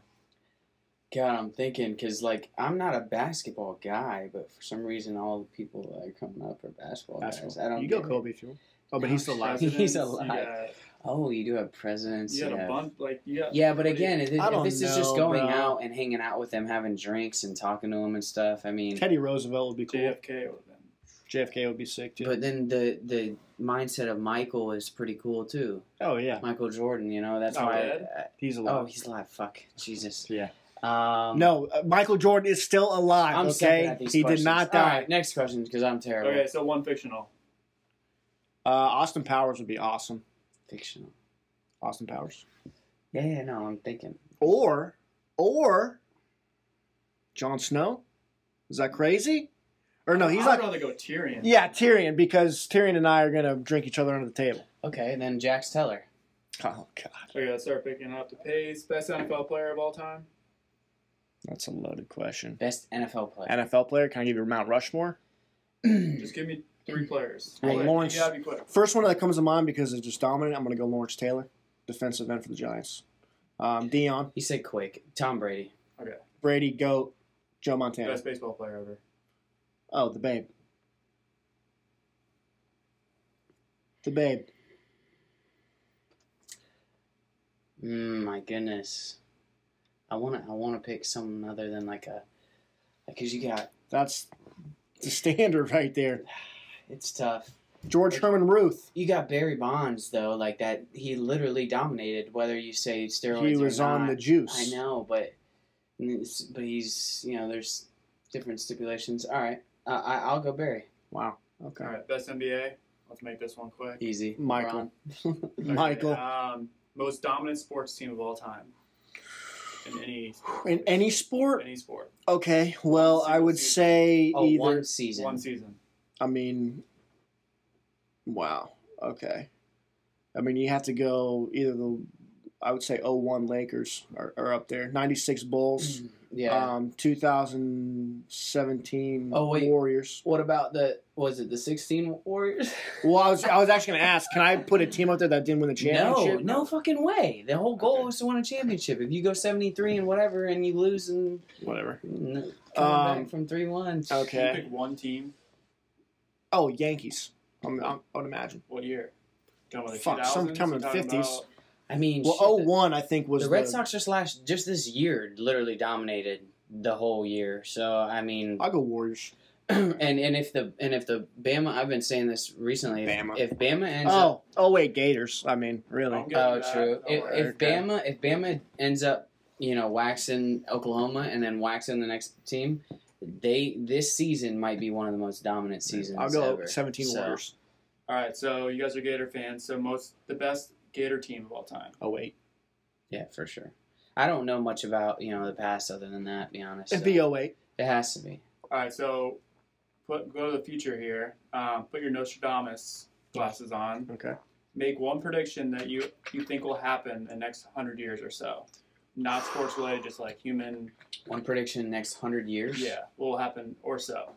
God, I'm thinking because like I'm not a basketball guy, but for some reason all the people that are coming up are basketball, guys.
Basketball.
I don't.
you go
get it.
Kobe if you want. Oh, but
No,
he's still alive.
He's
Presidents,
alive. Oh, you do have presidents.
You got, you got
yeah.
a bunch, like you got.
Yeah, but again, if,
I
if
don't
this is just
know,
going
bro.
out and hanging out with them, having drinks and talking to them and stuff, I mean,
Teddy Roosevelt would be cool.
JFK would have been.
JFK would be sick too.
but then the the mindset of Michael is pretty cool too.
oh yeah,
Michael Jordan, you know, that's
Oh,
why.
yeah?
he's
I- oh,
alive.
he's alive. Fuck, Jesus.
Yeah.
Um,
no, uh, Michael Jordan is still alive.
I'm sucking
okay,
at
he
these
did
questions.
not
All
die.
right, next question because I'm terrible.
Okay, so one fictional.
Uh, Austin Powers would be awesome.
Fictional.
Austin Powers.
Yeah, yeah, no, I'm thinking.
Or, or, Jon Snow. Is that crazy? Or no, he's not.
I'd rather go Tyrion.
Yeah, Tyrion, because Tyrion and I are gonna drink each other under the table.
Okay, then Jax Teller.
Oh God,
Okay, let's start picking up the pace. Best NFL player of all time.
that's a loaded question.
Best NFL player.
NFL player, can I give you Mount Rushmore?
Just give me three players.
Well,
Quick,
Lawrence-
You gotta be quick.
First one that comes to mind because it's just dominant. I'm gonna go Lawrence Taylor, defensive end for the Giants. Um, Dion,
He said quick. Tom Brady.
Brady, Goat, Joe Montana.
Best baseball player ever.
Oh, the Babe. The Babe.
Mm, my goodness. I wanna I wanna pick someone other than like a because you got
That's the standard right there.
it's tough.
George Herman Ruth.
You got Barry Bonds though, like that. He literally dominated. Whether you say steroids,
He was
or
on the
not.
juice.
I know, but it's- but he's you know there's different stipulations. All right, uh, I I'll go Barry.
Wow. Okay.
All right, best NBA. Let's make this one quick.
Easy,
Michael.
LeBron.
Okay,
Michael.
Um, most dominant sports team of all time. In any sport.
In any sport?
Any sport.
Okay. Well, I would say
oh,
E either.
one season.
One season.
I mean, wow. Okay. I mean, you have to go either the, I would say 01 Lakers are, are up there, 96 Bulls,
Mm, yeah.
um, 2017
Oh, wait.
Warriors.
what about the was it the sixteen Warriors?
Well, I was, I was actually going to ask, can I put a team up there that didn't win the
No,
championship?
no fucking way. The whole goal
Okay.
is to win a championship. If you go seventy three and whatever, and you lose and
Whatever.
n- coming
Um, uh,
back from three one,
Can you
Okay.
pick one team?
Oh, Yankees. I'm, I'm, I would imagine.
What year? Come with the
Fuck, some
2000s?
coming
You're talking
50s.
about-
I mean,
Well,
shit,
oh
the-
one I think was
the
the,
Red Sox just last just this year literally dominated the whole year. So I mean,
I'll go Warriors.
and and if the and if the Bama, I've been saying this recently. if-
Bama.
If, Bama ends up,
Oh, oh wait, Gators. I mean, really.
I'm good
oh,
with that.
true. If,
Don't
if
okay.
Bama, if Bama ends up, you know, waxing Oklahoma and then waxing the next team, they this season might be one of the most dominant seasons.
I'll go
ever.
17
So,
Warriors.
All right, so you guys are Gator fans. So most the best Gator team of all time.
Oh wait,
Yeah, for sure. I don't know much about you know the past other than that. To be honest,
it'd
So,
be oh, 08.
it has to be.
All right, so put go to the future here. Um, put your Nostradamus glasses on.
Okay.
Make one prediction that you you think will happen in the next hundred years or so. Not sports related, just like human.
One prediction next hundred years.
Yeah, what will happen or so.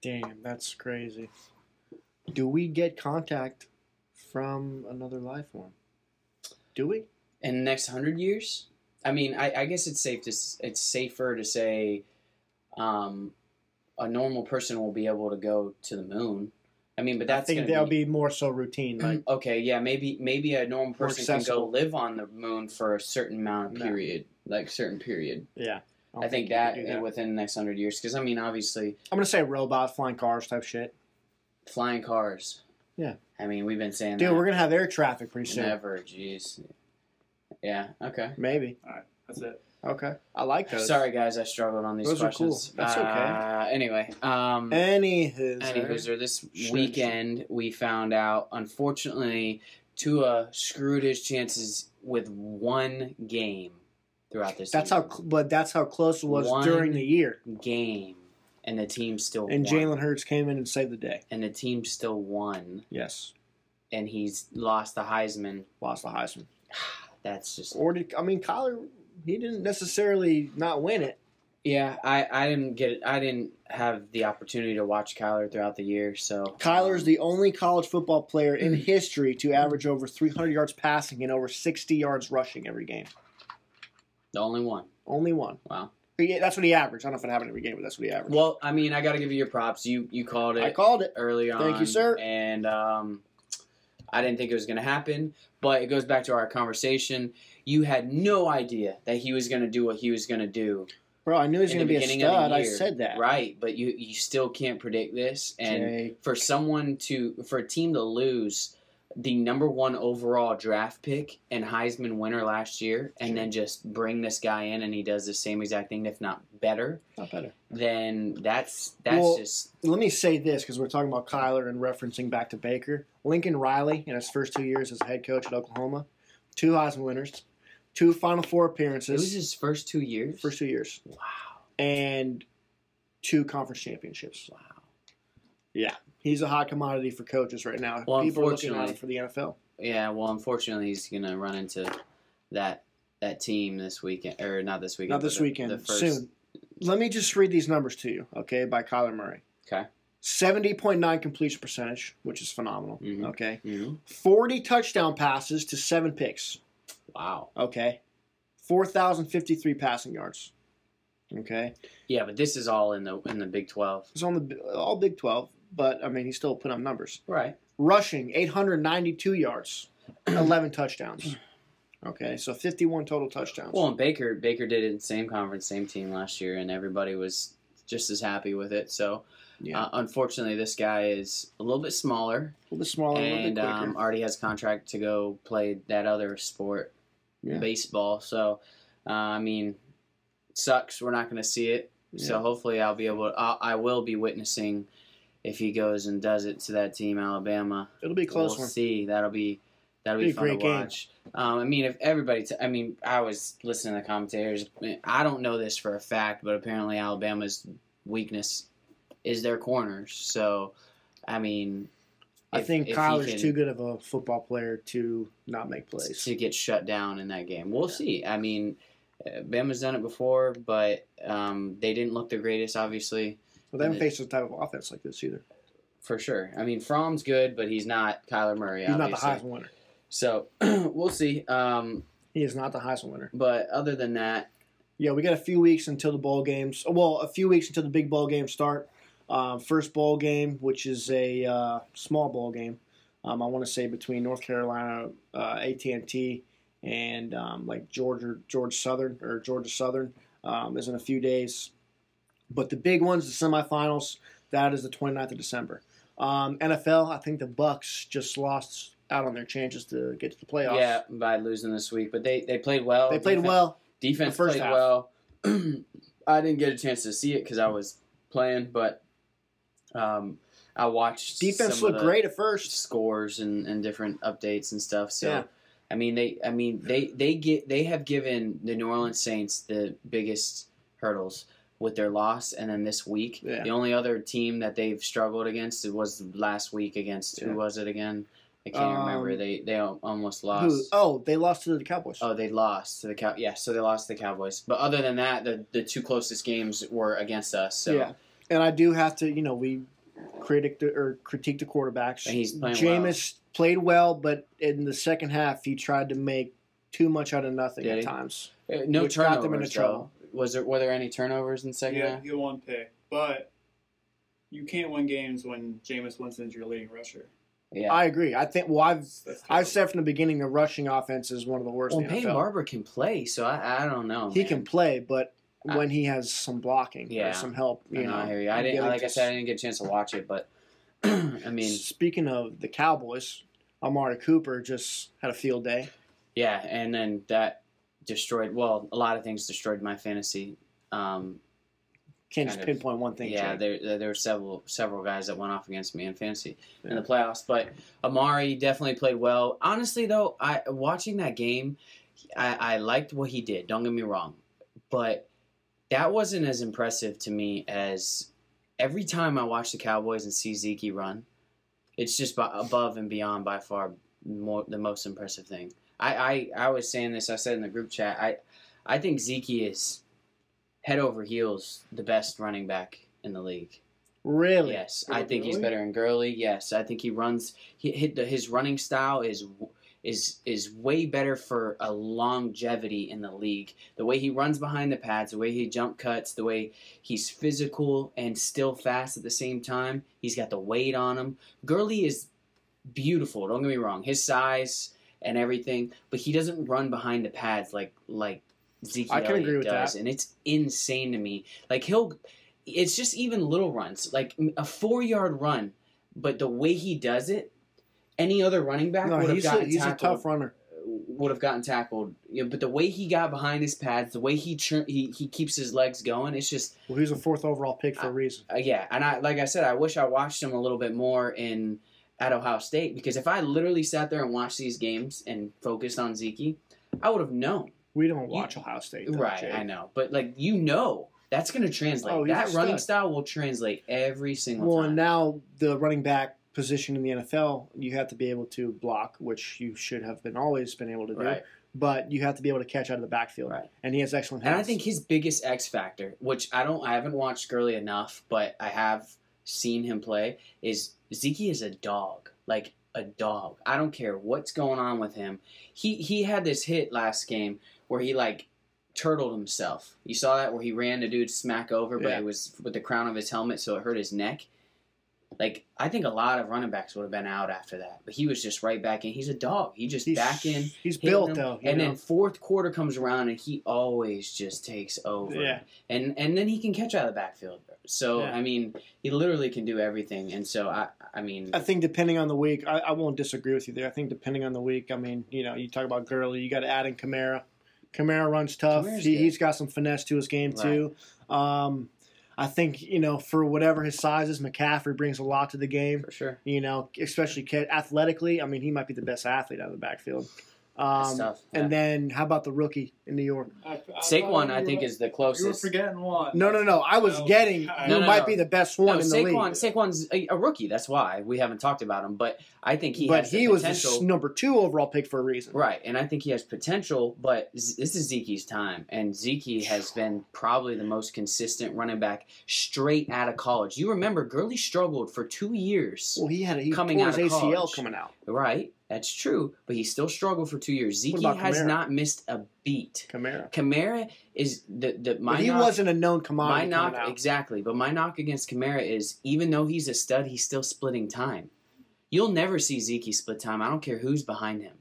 Damn, that's crazy. Do we get contact from another life form? Do we?
in the next hundred years? I mean, I, I guess it's safe to s- it's safer to say um, a normal person will be able to go to the moon. I mean, but that's
I think
gonna
that'll be... more so routine. Like,
okay. Yeah, maybe maybe a normal
More
person can go
accessible.
live on the moon for a certain amount of
No.
period, like certain period.
yeah.
I, think,
you
that,
could do
within the next hundred years, because I mean, obviously,
I'm gonna say robot flying cars type shit.
flying cars.
Yeah.
I mean, we've been saying
Dude,
that
we're gonna have air traffic pretty soon.
never. Jeez. Yeah. Okay.
Maybe.
That's it.
Okay. I like those.
Sorry, guys, I struggled on these
Those are cool.
questions.
That's okay.
Uh, anyway, um,
Anywho.
Any Hooser, this
Sure.
weekend we found out, unfortunately, Tua screwed his chances with one game. throughout this.
That's how,
season.
cl- but that's how close it was
One-
during the year.
game, and the team still
And
won.
Jalen Hurts came in and saved the day.
and the team still won,
Yes,
and he's lost the Heisman.
lost the Heisman.
That's just
Or did I mean Kyler? He didn't necessarily not win it.
yeah. I I didn't get it. I didn't have the opportunity to watch Kyler throughout the year, so
Kyler is
um,
the only college football player in history to average over 300 yards passing and over 60 yards rushing every game.
the only one.
Only one.
Wow.
Yeah, that's what he averaged. I don't know if it happened every game, but that's what he averaged.
Well, I mean, I got to give you your props. You you called it.
I called it.
early on.
Thank you, sir.
And um, I didn't think it was going to happen, but it goes back to our conversation. You had no idea that he was going to do what he was going to do,
Bro, I knew he was
in
going to
the
be a
beginning of the
stud. I
year.
said that.
right? But you you still can't predict this, and
Jay,
for someone to for a team to lose the number one overall draft pick and Heisman winner last year, and then just bring this guy in and he does the same exact thing, if not better,
not better.
then that's that's
Well,
just
Let me say this because we're talking about Kyler and referencing back to Baker. Lincoln Riley, in his first two years as head coach at Oklahoma, two Heisman winners, two Final Four
it was
appearances,
his first two years.
first two years,
wow,
and two conference championships.
wow.
He's a hot commodity for coaches right now.
Well,
People are looking at
unfortunately-
him for the NFL.
Yeah, well, unfortunately, he's gonna run into that that team this weekend, or not this weekend.
Not
but
this
the-
weekend,
The first,
soon. Let me just read these numbers to you, okay, by Kyler Murray.
Okay.
70.9 completion percentage, which is phenomenal,
Mhm.
okay.
Mhm.
40 touchdown passes to seven picks,
Wow.
okay. 4,053 passing yards, okay.
Yeah, but this is all in the in the Big Twelve,
It's on the all Big 12, but I mean, he still put up numbers.
right?
Rushing, 892 yards, 11 touchdowns, okay. So 51 total touchdowns.
Well, and Baker Baker did it in the same conference, same team last year, and everybody was just as happy with it. So,
yeah.
uh, unfortunately, this guy is a little bit smaller
a little bit smaller, a little bit
and
quicker.
um, already has contract to go play that other sport,
Yeah.
baseball. So, uh, I mean, sucks. We're not going to see it. So
Yeah.
hopefully I'll be able. I, I will be witnessing if he goes and does it to that team, Alabama.
It'll be a close
we'll
one.
see. That'll be that'll
Be
be,
a
fun to
great game.
watch. Um, I mean, if everybody. T- I mean, I was listening to the commentators. I don't know this for a fact, but apparently Alabama's weakness is their corners. So, I mean,
I
if-
think
if he
Kyler's
can-
too good of a football player to not make plays.
to get shut down in that game. We'll see. I mean, uh, Bama's done it before, but um, they didn't look the greatest, obviously,
Well, they haven't
and
faced this type of offense like this either.
for sure. I mean, Fromm's good, but he's not Kyler Murray.
He's not the
obviously.
Heisman winner.
So we'll see. Um,
He is not the Heisman winner.
but other than that,
Yeah, we got a few weeks until the bowl games. Well, a few weeks until the big bowl games start. Um, first bowl game, which is a uh, small bowl game, um, I want to say between North Carolina, uh, AT and T, and um, like Georgia, Georgia Southern or Georgia Southern um, is in a few days. But the big ones, the semifinals, that is the 29th of December. Um, NFL, I think the Bucks just lost out on their chances to get to the playoffs.
yeah, by losing this week, but they they played well.
they played
Defen-
well.
Defense
the first
played
half.
well. I didn't get a chance to see it because I was playing, but um, I watched.
Defense
some of
looked
the-
great at first.
scores and, and different updates and stuff. So
Yeah.
I mean they I mean they they get they have given the New Orleans Saints the biggest hurdles with their loss and then this week.
Yeah.
The only other team that they've struggled against was last week against
Yeah.
who was it again? I can't remember.
Um,
They they al- almost
Who?
lost.
Oh, they lost to the Cowboys.
Oh, they lost to the cow. Yeah, so they lost to the Cowboys. But other than that, the, the two closest games were against us. So
Yeah, and I do have to, you know, we critic the, or critique the quarterbacks.
and he's playing well.
Jameis played well, but in the second half, he tried to make too much out of nothing
Did
at
he?
times.
Uh, No
which got
turnovers.
them into
though.
trouble.
Was there were there any turnovers in the second half?
Yeah, he had one pick, but you can't win games when Jameis Winston's your leading rusher.
Yeah.
I agree. I think. Well, I've
That's terrible.
I've said from the beginning, the rushing offense is one of the worst.
Well,
in the
Peyton
NFL.
Barber can play, so I, I don't know.
he
man.
can play, but
I-
when he has some blocking
Yeah.
or some help,
I
you
know,
know,
I hear you. I
and
didn't,
getting
like I
just-
said, I didn't get a chance to watch it, but I mean,
Speaking of the Cowboys, Amari Cooper just had a field day.
yeah. And then that destroyed. Well, a lot of things destroyed my fantasy. Um,
Can't just
Kind of.
pinpoint one thing.
yeah,
Jay.
there, there there were several several guys that went off against me in fantasy in
Yeah.
the playoffs. But Amari definitely played well. Honestly, though, I watching that game, I, I liked what he did. Don't get me wrong, but that wasn't as impressive to me as every time I watch the Cowboys and see Zeke run. It's just by, above and beyond by far more the most impressive thing. I, I I was saying this. I said in the group chat. I I think Zeke is head over heels the best running back in the league.
Really?
Yes,
Over
I think he's
Gurley?
better than Gurley. Yes, I think he runs. He, he, the- his running style is is is way better for a longevity in the league. The way he runs behind the pads, the way he jump cuts, the way he's physical and still fast at the same time. He's got the weight on him. Gurley is beautiful. Don't get me wrong. His size and everything, but he doesn't run behind the pads like like Zeke
I can
Elliott
agree with
does,
that.
and it's insane to me. Like he'll, it's just even little runs, like a four yard run, but the way he does it, any other running back
No,
would have
he's, a,
gotten
he's a
tackled
tough runner.
would have gotten tackled. You know, but the way he got behind his pads, the way he chur- he he keeps his legs going, it's just
Well, he's a fourth overall pick for a reason.
uh, yeah. And I like I said, I wish I watched him a little bit more in at Ohio State because if I literally sat there and watched these games and focused on Zeke, I would have known.
We don't watch Ohio State. though,
right,
Jake.
I know, but like you know, that's gonna translate.
Oh, he's
that
a
running
stud.
style will translate every single
Well, and
time.
now the running back position in the NFL, you have to be able to block, which you should have been always been able to do.
right.
But you have to be able to catch out of the backfield,
Right.
and he has excellent.
And I
hands.
think his biggest X factor, which I don't, I haven't watched Gurley enough, but I have seen him play, is Zeke is a dog, like a dog. I don't care what's going on with him. He he had this hit last game where he like turtled himself. You saw that where he ran the dude smack over, but
Yeah.
it was with the crown of his helmet, so it hurt his neck. Like I think a lot of running backs would have been out after that, but he was just right back in. He's a dog. He just
he's
back in
He's
hitting
built
them,
though, you
and
know?
then fourth quarter comes around and he always just takes over.
yeah.
And and then he can catch out of the backfield. So
Yeah.
I mean, he literally can do everything. And so I I mean
I think depending on the week, I, I won't disagree with you there. I think depending on the week, I mean, you know, you talk about Gurley, you got to add in Kamara. Kamara runs tough.
Kamara's
He,
good.
he's got some finesse to his game too. Um, I think you know for whatever his size is, McCaffrey brings a lot to the game.
for sure.
You know, especially ca- athletically. I mean, he might be the best athlete out of the backfield. Um,
That's tough.
And
yeah.
then how about the rookie in New York?
I, I
Saquon I think
is.
is the
You were
closest.
forgetting one.
No, no, no. I was
Oh,
getting
God.
who
No, no,
might
no.
be the best
No,
one in the
Saquon
league.
Saquon's a, a rookie. That's why we haven't talked about him. But I think he
but
has the
he was the
potential.
s- number two overall pick for a reason.
Right, and I think he has potential, but Z- this is Zeke's time, and Zeke has been probably the most consistent running back straight out of college. You remember Gurley struggled for two years,
Well, he had a, he
Coming
tore
out
his
of
ACL
college.
coming out.
right? That's true, but he still struggled for two years. Zeke
What about
has
Kamara?
not missed a beat.
Kamara.
Kamara is the the my
But he
knock,
wasn't a known
my
commodity. coming
knock
out.
exactly, but my knock against Kamara is even though he's a stud, he's still splitting time. You'll never see Zeke split time. I don't care who's behind him.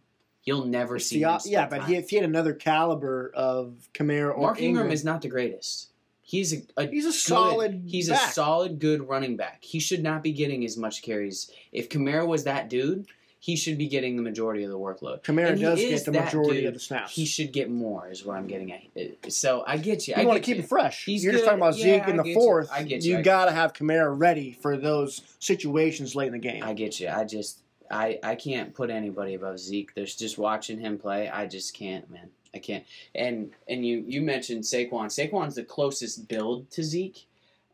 You'll never
It's
see
the
him
op-
split
yeah, but
time.
he, if he had another caliber of Kamara or
Mark Ingram
Ingram
is not the greatest. He's a, a
he's a
good-
solid.
He's
back.
a solid, good running back. He should not be getting as much carries. If Kamara was that dude, he should be getting the majority of the workload.
Kamara
and he
does
is
get the
that
majority
dude.
of the snaps.
He should get more, is what I'm getting at. Uh, So I get you. I
you want to
get
keep
you.
it fresh.
He's
You're just
good.
talking about
Yeah,
Zeke in
I
the
get you.
fourth.
I get you.
you
I-
got to have Kamara ready for those situations late in the game.
I get you. I just, I, I can't put anybody above Zeke. There's just watching him play. I just can't, man. I can't. And and you you mentioned Saquon. Saquon's the closest build to Zeke.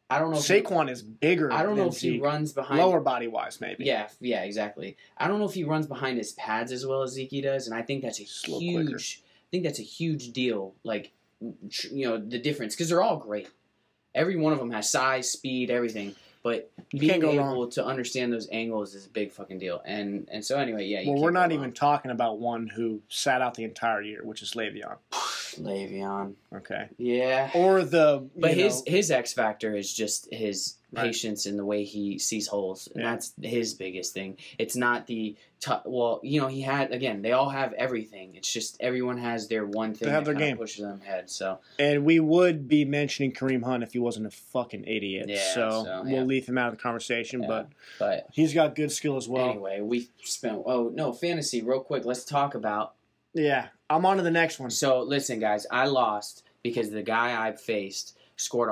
I don't know. If he-
Saquon is bigger.
I don't know
than
if he
Zeke.
runs behind
lower body wise, maybe.
Yeah, f- yeah, exactly. I don't know if he runs behind his pads as well as Zeke does, and I think that's a
Just a little
huge.
quicker.
I think that's a huge deal. Like, tr- you know, the difference because they're all great. Every one of them has size, speed, everything. But
You
being
can't go
able
wrong.
to understand those angles is a big fucking deal. And and so anyway, yeah. you
Well,
can't
we're
go
not
wrong.
even talking about one who sat out the entire year, which is Le'Veon.
Le'Veon.
Okay.
Yeah.
Or the
But
you
his
know,
his X factor is just his
Right.
patience and the way he sees holes, and
Yeah.
that's his biggest thing. It's not the t- well, you know, he had again. They all have everything. It's just everyone has their one thing.
have
that
their
kinda
game.
pushes them ahead. So
and we would be mentioning Kareem Hunt if he wasn't a fucking idiot.
Yeah,
so
so, yeah.
we'll leave him out of the conversation,
Yeah.
but
but
he's got good skill as well.
anyway, we spent. Oh no, fantasy real quick. Let's talk about.
Yeah. I'm on to the next one.
So listen, guys, I lost because the guy I faced scored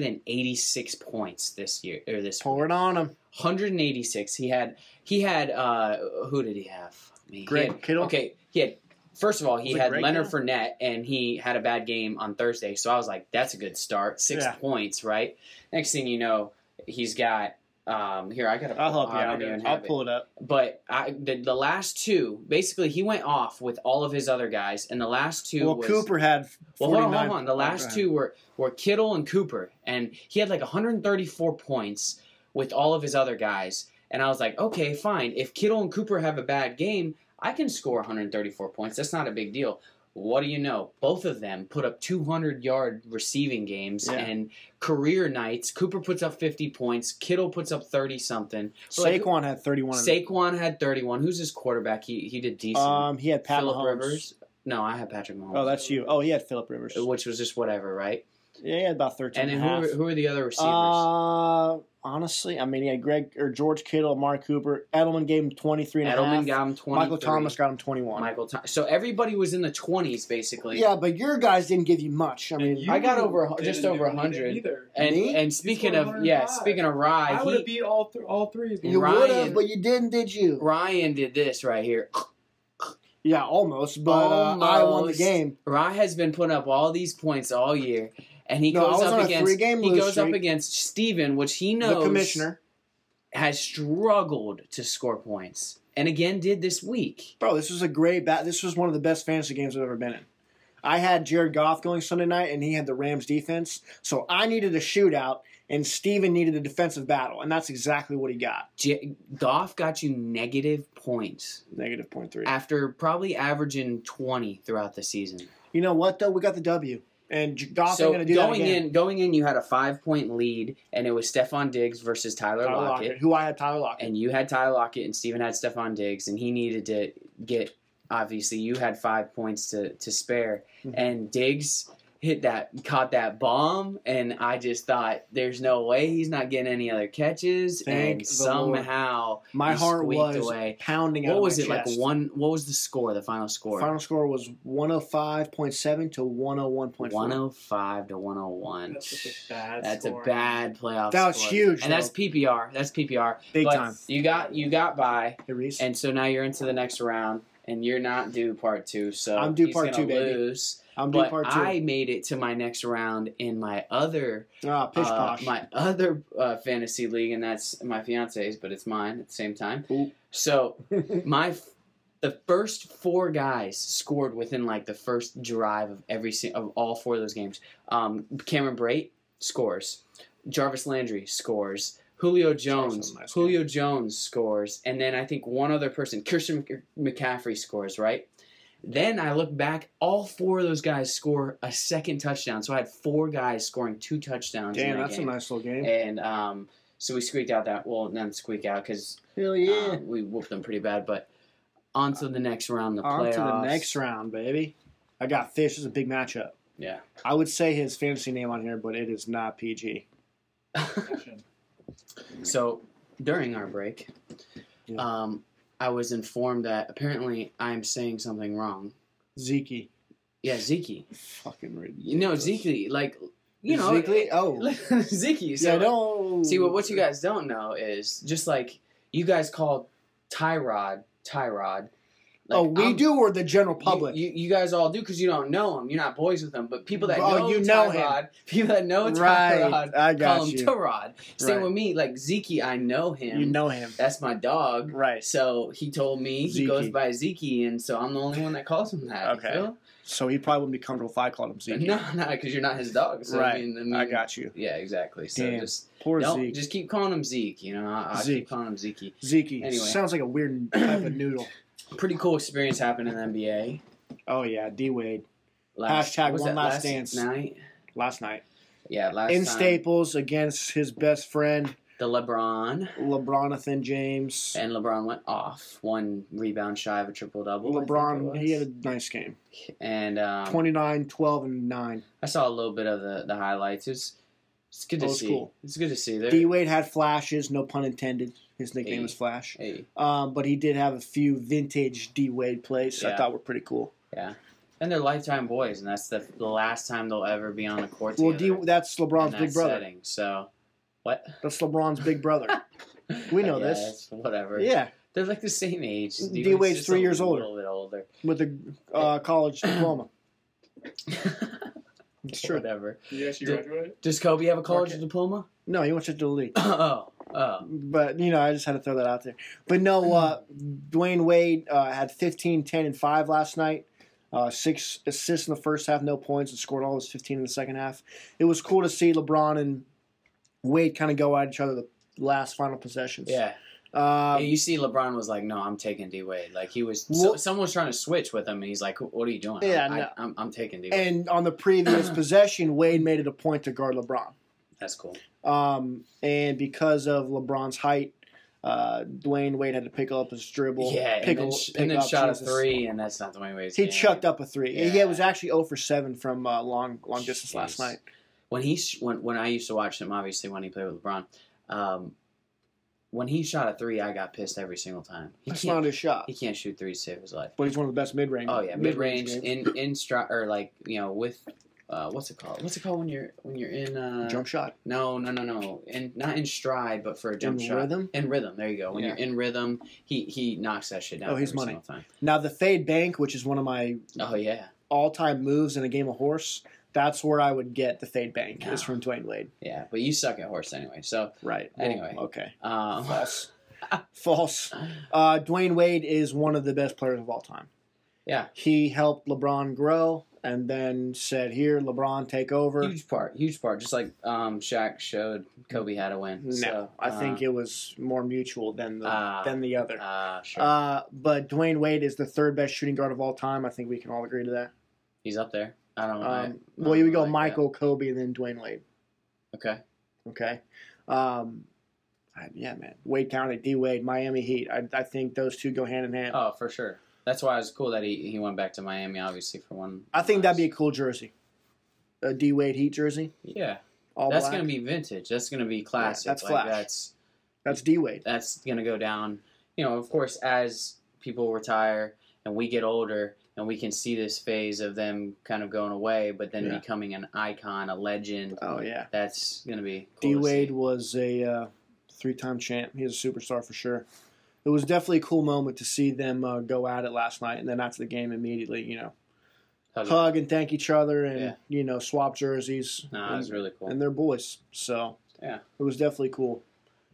186 points this year or this
Pour it on him.
186. He had he had uh who did he have? I mean, he
Greg
had-
Kittle?
Okay, he had First of all, he
It's a
had
great
Leonard
game.
Fournette, and he had a bad game on Thursday. So I was like, "That's a good start, six
Yeah.
points, right?" Next thing you know, he's got um, here. I got to.
I'll help you
I
out.
don't even
I'll
have it.
pull it up.
But I, the, the last two, basically, he went off with all of his other guys, and the last two.
Well,
was,
Cooper had. 49.
Well, hold on, hold on. The last
Okay.
two were were Kittle and Cooper, and he had like 134 points with all of his other guys. And I was like, okay, fine. If Kittle and Cooper have a bad game, I can score 134 points. That's not a big deal. What do you know? Both of them put up 200 yard receiving games
Yeah.
and career nights. Cooper puts up 50 points. Kittle puts up 30 something. Like,
Saquon had 31.
Saquon had 31. Who's his quarterback? He he did decent.
um, he had Pat
Phillip
Mahomes.
Rivers. No, I had Patrick Mahomes.
Oh, that's you. Oh, he had Philip Rivers.
which was just whatever, right?
Yeah, he had about 13
And
and,
then
a
who
half.
are, who are the other receivers?
Uh, honestly, I mean, he had Greg or George Kittle, Mark Cooper, Edelman gave him 23 and a half.
Edelman got him twenty.
Michael Thomas got him 21.
Michael Thomas. So everybody was in the twenties basically.
Yeah, but your guys didn't give you much. I mean,
And you
I got over a hu-
didn't
just over a
do
hundred.
anything either.
And
Me?
and speaking
scored
of yeah,
105.
speaking of
I
Rye,
would
he,
have beat all th- all three of
you
you.
would
Ryan-
have, but you didn't, did you?
Ryan did this right here.
Yeah, almost. But uh, I won the
Almost.
game.
Rye has been putting up all these points all year, and he
No, I
goes
was
up
on a
against
three-game
he
lose
goes up
streak.
against Steven, which he
The
knows
commissioner,
has struggled to score points, and again did this week.
bro, this was a great bat. This was one of the best fantasy games I've ever been in. I had Jared Goff going Sunday night, and he had the Rams defense. So I needed a shootout, and Steven needed a defensive battle, and that's exactly what he got.
J- Goff got you negative points.
Negative point three.
after probably averaging 20 throughout the season.
You know what though? We got the W, and J- Goff
so
ain't gonna do
going
that again.
in, going in, you had a five point lead, and it was Stefan Diggs versus Tyler,
Tyler
Lockett.
Lockett, who I had Tyler Lockett.
And you had Tyler Lockett, and Steven had Stefan Diggs, and he needed to get. Obviously, you had five points to to spare,
Mhm.
and Diggs hit that, caught that bomb, and I just thought, there's no way he's not getting any other catches,
Thank
and
the Lord.
somehow
my
he
heart
squeaked
was
away.
pounding. out
What
of
was
my
it
chest.
like? One. What was the score? The final score?
Final score was 105.7 to 101.4.
105 to 101.
That's such a bad.
That's a
score.
bad playoff.
That was
score.
huge,
and that's
though.
PPR. That's PPR.
Big
But
time.
You got you got by,
Hey, Reese.
and so now you're into the next round, and you're not due part two. So
I'm due
he's
part
gonna
two, baby.
lose.
I'm doing
But
part two.
I made it to my next round in my other
ah, pish
uh,
posh.
my other uh, fantasy league, and that's my fiance's, but it's mine at the same time.
Ooh.
So my f- the first four guys scored within like the first drive of every si- of all four of those games. Um, Cameron Brate scores, Jarvis Landry scores. Julio Jones,
nice game.
Julio Jones scores, and then I think one other person, Christian Mc- McCaffrey scores, right? Then I look back, all four of those guys score a second touchdown. So I had four guys scoring two touchdowns. in
Damn,
that
that's
game.
a nice little game.
And um, so we squeaked out that. Well, not squeak out because
Hell yeah.
we whooped them pretty bad. But on to the next round, the
On
playoffs.
to the next round, baby. I got Fish. This is a big matchup.
Yeah.
I would say his fantasy name on here, but it is not PG.
So during our break,
Yeah.
um, I was informed that apparently I'm saying something wrong.
Zeke.
Yeah, Zeke.
Fucking ridiculous.
You know, Zeke. Like, you know, eh,
Zeke? Oh.
Zeke. So
yeah, no.
See, what, what you guys don't know is just like you guys call Tyrod Tyrod. Like,
oh, we
I'm-
do, or the general
you-
public?
You, you guys all do because you don't know him. You're not boys with him. But people that
Oh,
know
you know
Tyrod,
him.
people that know
right.
Tyrod, call
I got
him
you.
Tyrod. Same
Right.
with me. Like Zeke, I know him.
You know him.
That's my dog.
Right.
So he told me he
Zeke.
goes by Zeke, and so I'm the only one that calls him that. you
Okay.
feel?
So he probably wouldn't be comfortable if I called him Zeke.
No, no, because you're not his dog. So
right.
I, mean, I, mean,
I got you.
Yeah, exactly. So
Damn.
just
Poor
don't
Zeke.
just keep calling him Zeke. You know, I, I
Zeke.
keep calling him Zeke.
Zeke.
Anyway.
Sounds like a weird type of noodle.
Pretty cool experience happened in the NBA.
Oh yeah, D Wade Hashtag
what was
one
that,
last dance.
night.
last night
Yeah, last
in
time,
Staples against his best friend
the LeBron
LeBronathan James.
and LeBron went off one rebound shy of a triple double.
LeBron, he had a nice game.
and um,
29, 12, and nine.
I saw a little bit of the, the highlights. It's it's good to
Old
see.
school.
It's good to see. There,
D Wade had flashes, no pun intended. His nickname is Flash.
hey,
Um, but he did have a few vintage D Wade plays I
Yeah.
thought were pretty cool.
and they're lifetime boys, and that's the, the last time they'll ever be on a court
Well, D,
together
that's
in
LeBron's
that
big brother.
setting. So, what
That's LeBron's big brother. We know
I
this.
guess, Whatever.
yeah,
They're like the same age. D-Wade's
D-Wade's
just
three
a
years older.
little bit older.
with a uh, college diploma. It's true.
Whatever.
You actually
Did-
graduate?
Does Kobe have a college
Okay.
diploma?
No, he went to the league.
oh, oh.
But, you know, I just had to throw that out there. But no, uh, Dwayne Wade uh, had 15, 10, and 5 last night. Uh, six assists in the first half, no points, and scored all his 15 in the second half. It was cool to see LeBron and Wade kind of go at each other the last final possessions.
Yeah.
Uh,
And you see, LeBron was like, "No, I'm taking D Wade." Like he was, so,
Well-
someone was trying to switch with him, and he's like, "What are you doing?
Yeah,
I,
no.
I, am I'm taking D Wade.
and on the previous possession, Wade made it a point to guard LeBron.
That's cool.
Um, and because of LeBron's height, uh, Dwayne Wade had to pick up his dribble.
yeah,
pick
and then,
a-
sh-
pick
and then
up,
shot
Jesus.
a three, and that's not the way Wade's
He
game.
chucked up a three. Yeah,
Yeah.
it was actually 0 for 7 from uh, long long distance last
Jeez.
night.
when he sh- when when I used to watch him, obviously when he played with LeBron, um, when he shot a three, I got pissed every single time. He
That's
can't
not his shot,
he can't shoot three to save his life.
but he's one of the best mid range.
Oh yeah, mid range
games.
in in stri- or like you know with. Uh, what's it called? What's it called when you're when you're in uh,
jump shot.
No, no, no, no. In not in stride, but for a jump
In
shot.
rhythm?
In rhythm. There you go. When
Yeah.
you're in rhythm, he he knocks that shit down.
Oh, he's
every
money.
single Time.
Now the fade bank, which is one of my
Oh yeah,
all time moves in a game of horse, that's where I would get the fade bank is from Dwayne Wade.
yeah. But you suck at horse anyway. So
Right.
Anyway.
okay.
um,
False. False. Uh, Dwayne Wade is one of the best players of all time.
Yeah.
He helped LeBron grow and then said, Here, LeBron, take over.
huge part, huge part. Just like um, Shaq showed, Kobe had to win.
no,
so,
I
uh,
think it was more mutual than the,
Ah.
than the other.
Uh, sure.
Uh, but Dwayne Wade is the third best shooting guard of all time. I think we can all agree to that.
he's up there. I don't know. I-
Um, well, you would go
like that.
Michael, Kobe, and then Dwayne Wade.
Okay.
Okay. Um, I- yeah, man. Wade County, D Wade, Miami Heat. I, I think those two go hand in hand.
Oh, for sure. That's why it was cool that he, he went back to Miami, obviously for one.
I think that'd be a cool jersey. A D Wade Heat jersey.
yeah.
All
that's
black.
gonna be vintage. That's gonna be classic.
that's
like,
flash.
That's
That's D Wade.
that's going to go down. You know, of course, as people retire and we get older and we can see this phase of them kind of going away, but then
Yeah.
becoming an icon, a legend.
Oh yeah.
That's going to be cool.
D
to see.
Wade was a uh, three-time champ. He was a superstar for sure. It was definitely a cool moment to see them uh, go at it last night, and then after the game, immediately, you know,
Hug it.
hug and thank each other, and
Yeah.
you know, swap jerseys.
No, it
and,
was really cool.
and they're boys, so
Yeah.
it was definitely cool.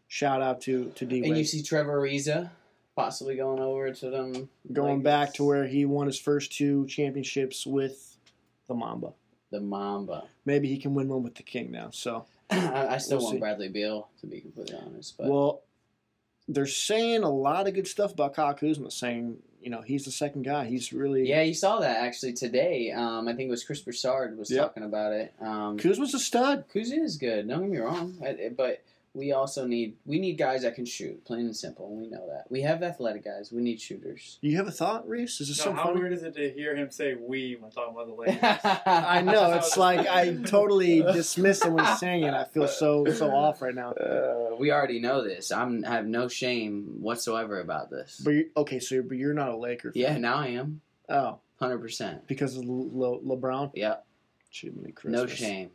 Shout out to to D
And you
Wade
see Trevor Ariza possibly going over to them.
going
like
back
it's-
to where he won his first two championships with the Mamba.
The Mamba.
Maybe he can win one with the King now. So
I, I still
We'll
want
see.
Bradley Beal to be completely honest, but
Well, they're saying a lot of good stuff about Kyle Kuzma, saying, you know, he's the second guy. He's really.
yeah, you saw that actually today. Um, I think it was Chris Broussard was
Yep.
talking about it. Um,
Kuzma's a stud.
Kuz is good. Don't get me wrong, I, I- but we also need we need guys that can shoot, plain and simple. and We know that we have athletic guys. We need shooters.
You have a thought, Reese? Is this
No,
so
how
funny?
weird is it to hear him say "we" when talking about the Lakers?
I
I know. It's like I totally dismissed him when he's saying it. I feel so so off right now. Uh,
we already know this. I'm I have no shame whatsoever about this.
But you okay, so you're, but you're not a Laker. fan.
yeah, now I am
Oh,
hundred percent.
because of Le- Le- LeBron.
Yeah,
Jiminy Christmas.
no shame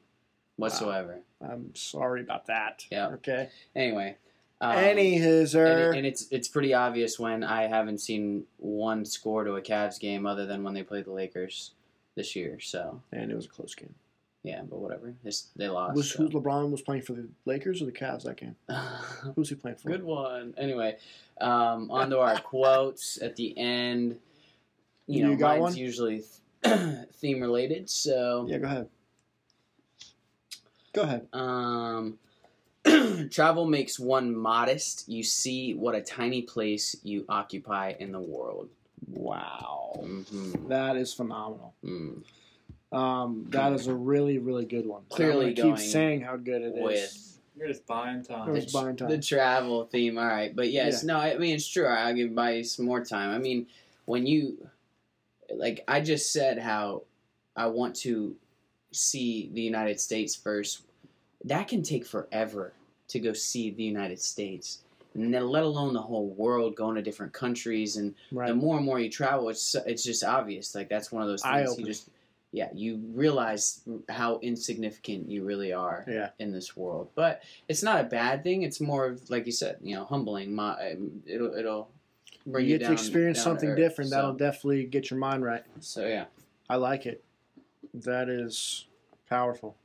whatsoever.
I'm sorry about that.
Yeah.
Okay.
Anyway, um,
Any
and,
hizzer.
it- and it's it's pretty obvious when I haven't seen one score to a Cavs game other than when they played the Lakers this year. So
and it was a close game.
yeah, but whatever. It's, they lost.
Was
Uh, so.
who LeBron was playing for the Lakers or the Cavs that game? Who was he playing for?
Good one. Anyway, um, on to our quotes at the end. You know,
You got
mine's
one?
usually theme related. So,
Yeah, go ahead. Go ahead.
um, travel makes one modest. You see what a tiny place you occupy in the world.
Wow.
Mhm.
That is phenomenal.
Mm.
Um, that is a really, really good one.
Clearly
I'm gonna keep
going
saying how good it is.
With
You're just buying
It
time.
was buying time.
the travel theme, all right. But yes, no, I mean it's true. I'll give Bobby some more time. I mean, when you like, I just said how I want to see the United States first. That can take forever to go see the United States, and then let alone the whole world, going to different countries, and
right.
the more and more you travel, it's so- it's just obvious. Like that's one of those things you
Eye-opening.
just. Yeah, you realize how insignificant you really are
yeah.
in this world. But it's not a bad thing. It's more of like you said, you know, humbling. My, um, it'll it'll Bring
you
you
get
down-
to experience
down to
something
earth,
different.
so-
That'll definitely get your mind right.
So yeah,
I like it. That is powerful.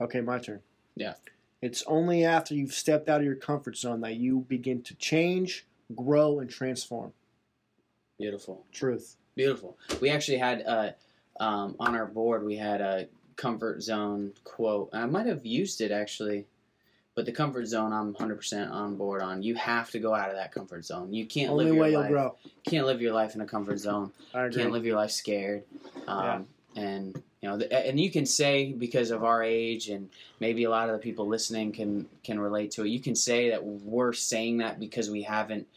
Okay, my turn.
Yeah.
It's only after you've stepped out of your comfort zone that you begin to change, grow, and transform.
beautiful,
Truth.
beautiful. We actually had uh, um, on our board we had a comfort zone quote. I might have used it actually, but the comfort zone I'm 100% on board on. You have to go out of that comfort zone. You can't
only
live your
way you'll
life.
grow.
Can't live your life in a comfort zone.
I
can't
agree.
live your life scared. Um, And you know, th- and you can say because of our age, and maybe a lot of the people listening can can relate to it. You can say that we're saying that because we haven't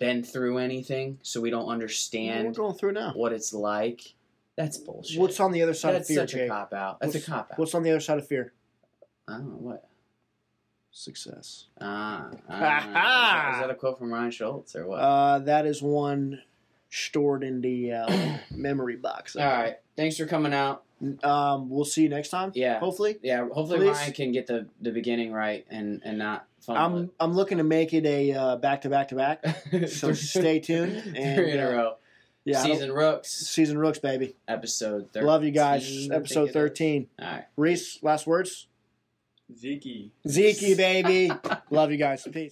been through anything, so we don't
We're
understand
going through now.
what it's like. That's bullshit.
What's on the other side
That's
of fear,
such a
Jake?
cop out. That's
What's-
a cop out.
What's on the other side of fear?
I don't know what.
Success.
Ah, ah,
Ha ha!
uh, is that a quote from Ryan Schultz or what?
Uh, that is one stored in the uh, memory box.
All right. Thanks for coming out.
Um, we'll see you next time.
Yeah.
Hopefully.
Yeah, hopefully
Please.
Ryan can get the, the beginning right and, and not fumble
I'm I'm looking to make it a uh, back to back to back.
it.
so stay tuned and,
Three in
uh,
a row.
Yeah, I don't-
Season Rooks,
season rooks, baby.
episode 13.
Love you
I
guys.
think it
Episode
is.
thirteen.
All right.
Reese, last words.
Zeke.
Zeke, baby. Love you guys. Peace.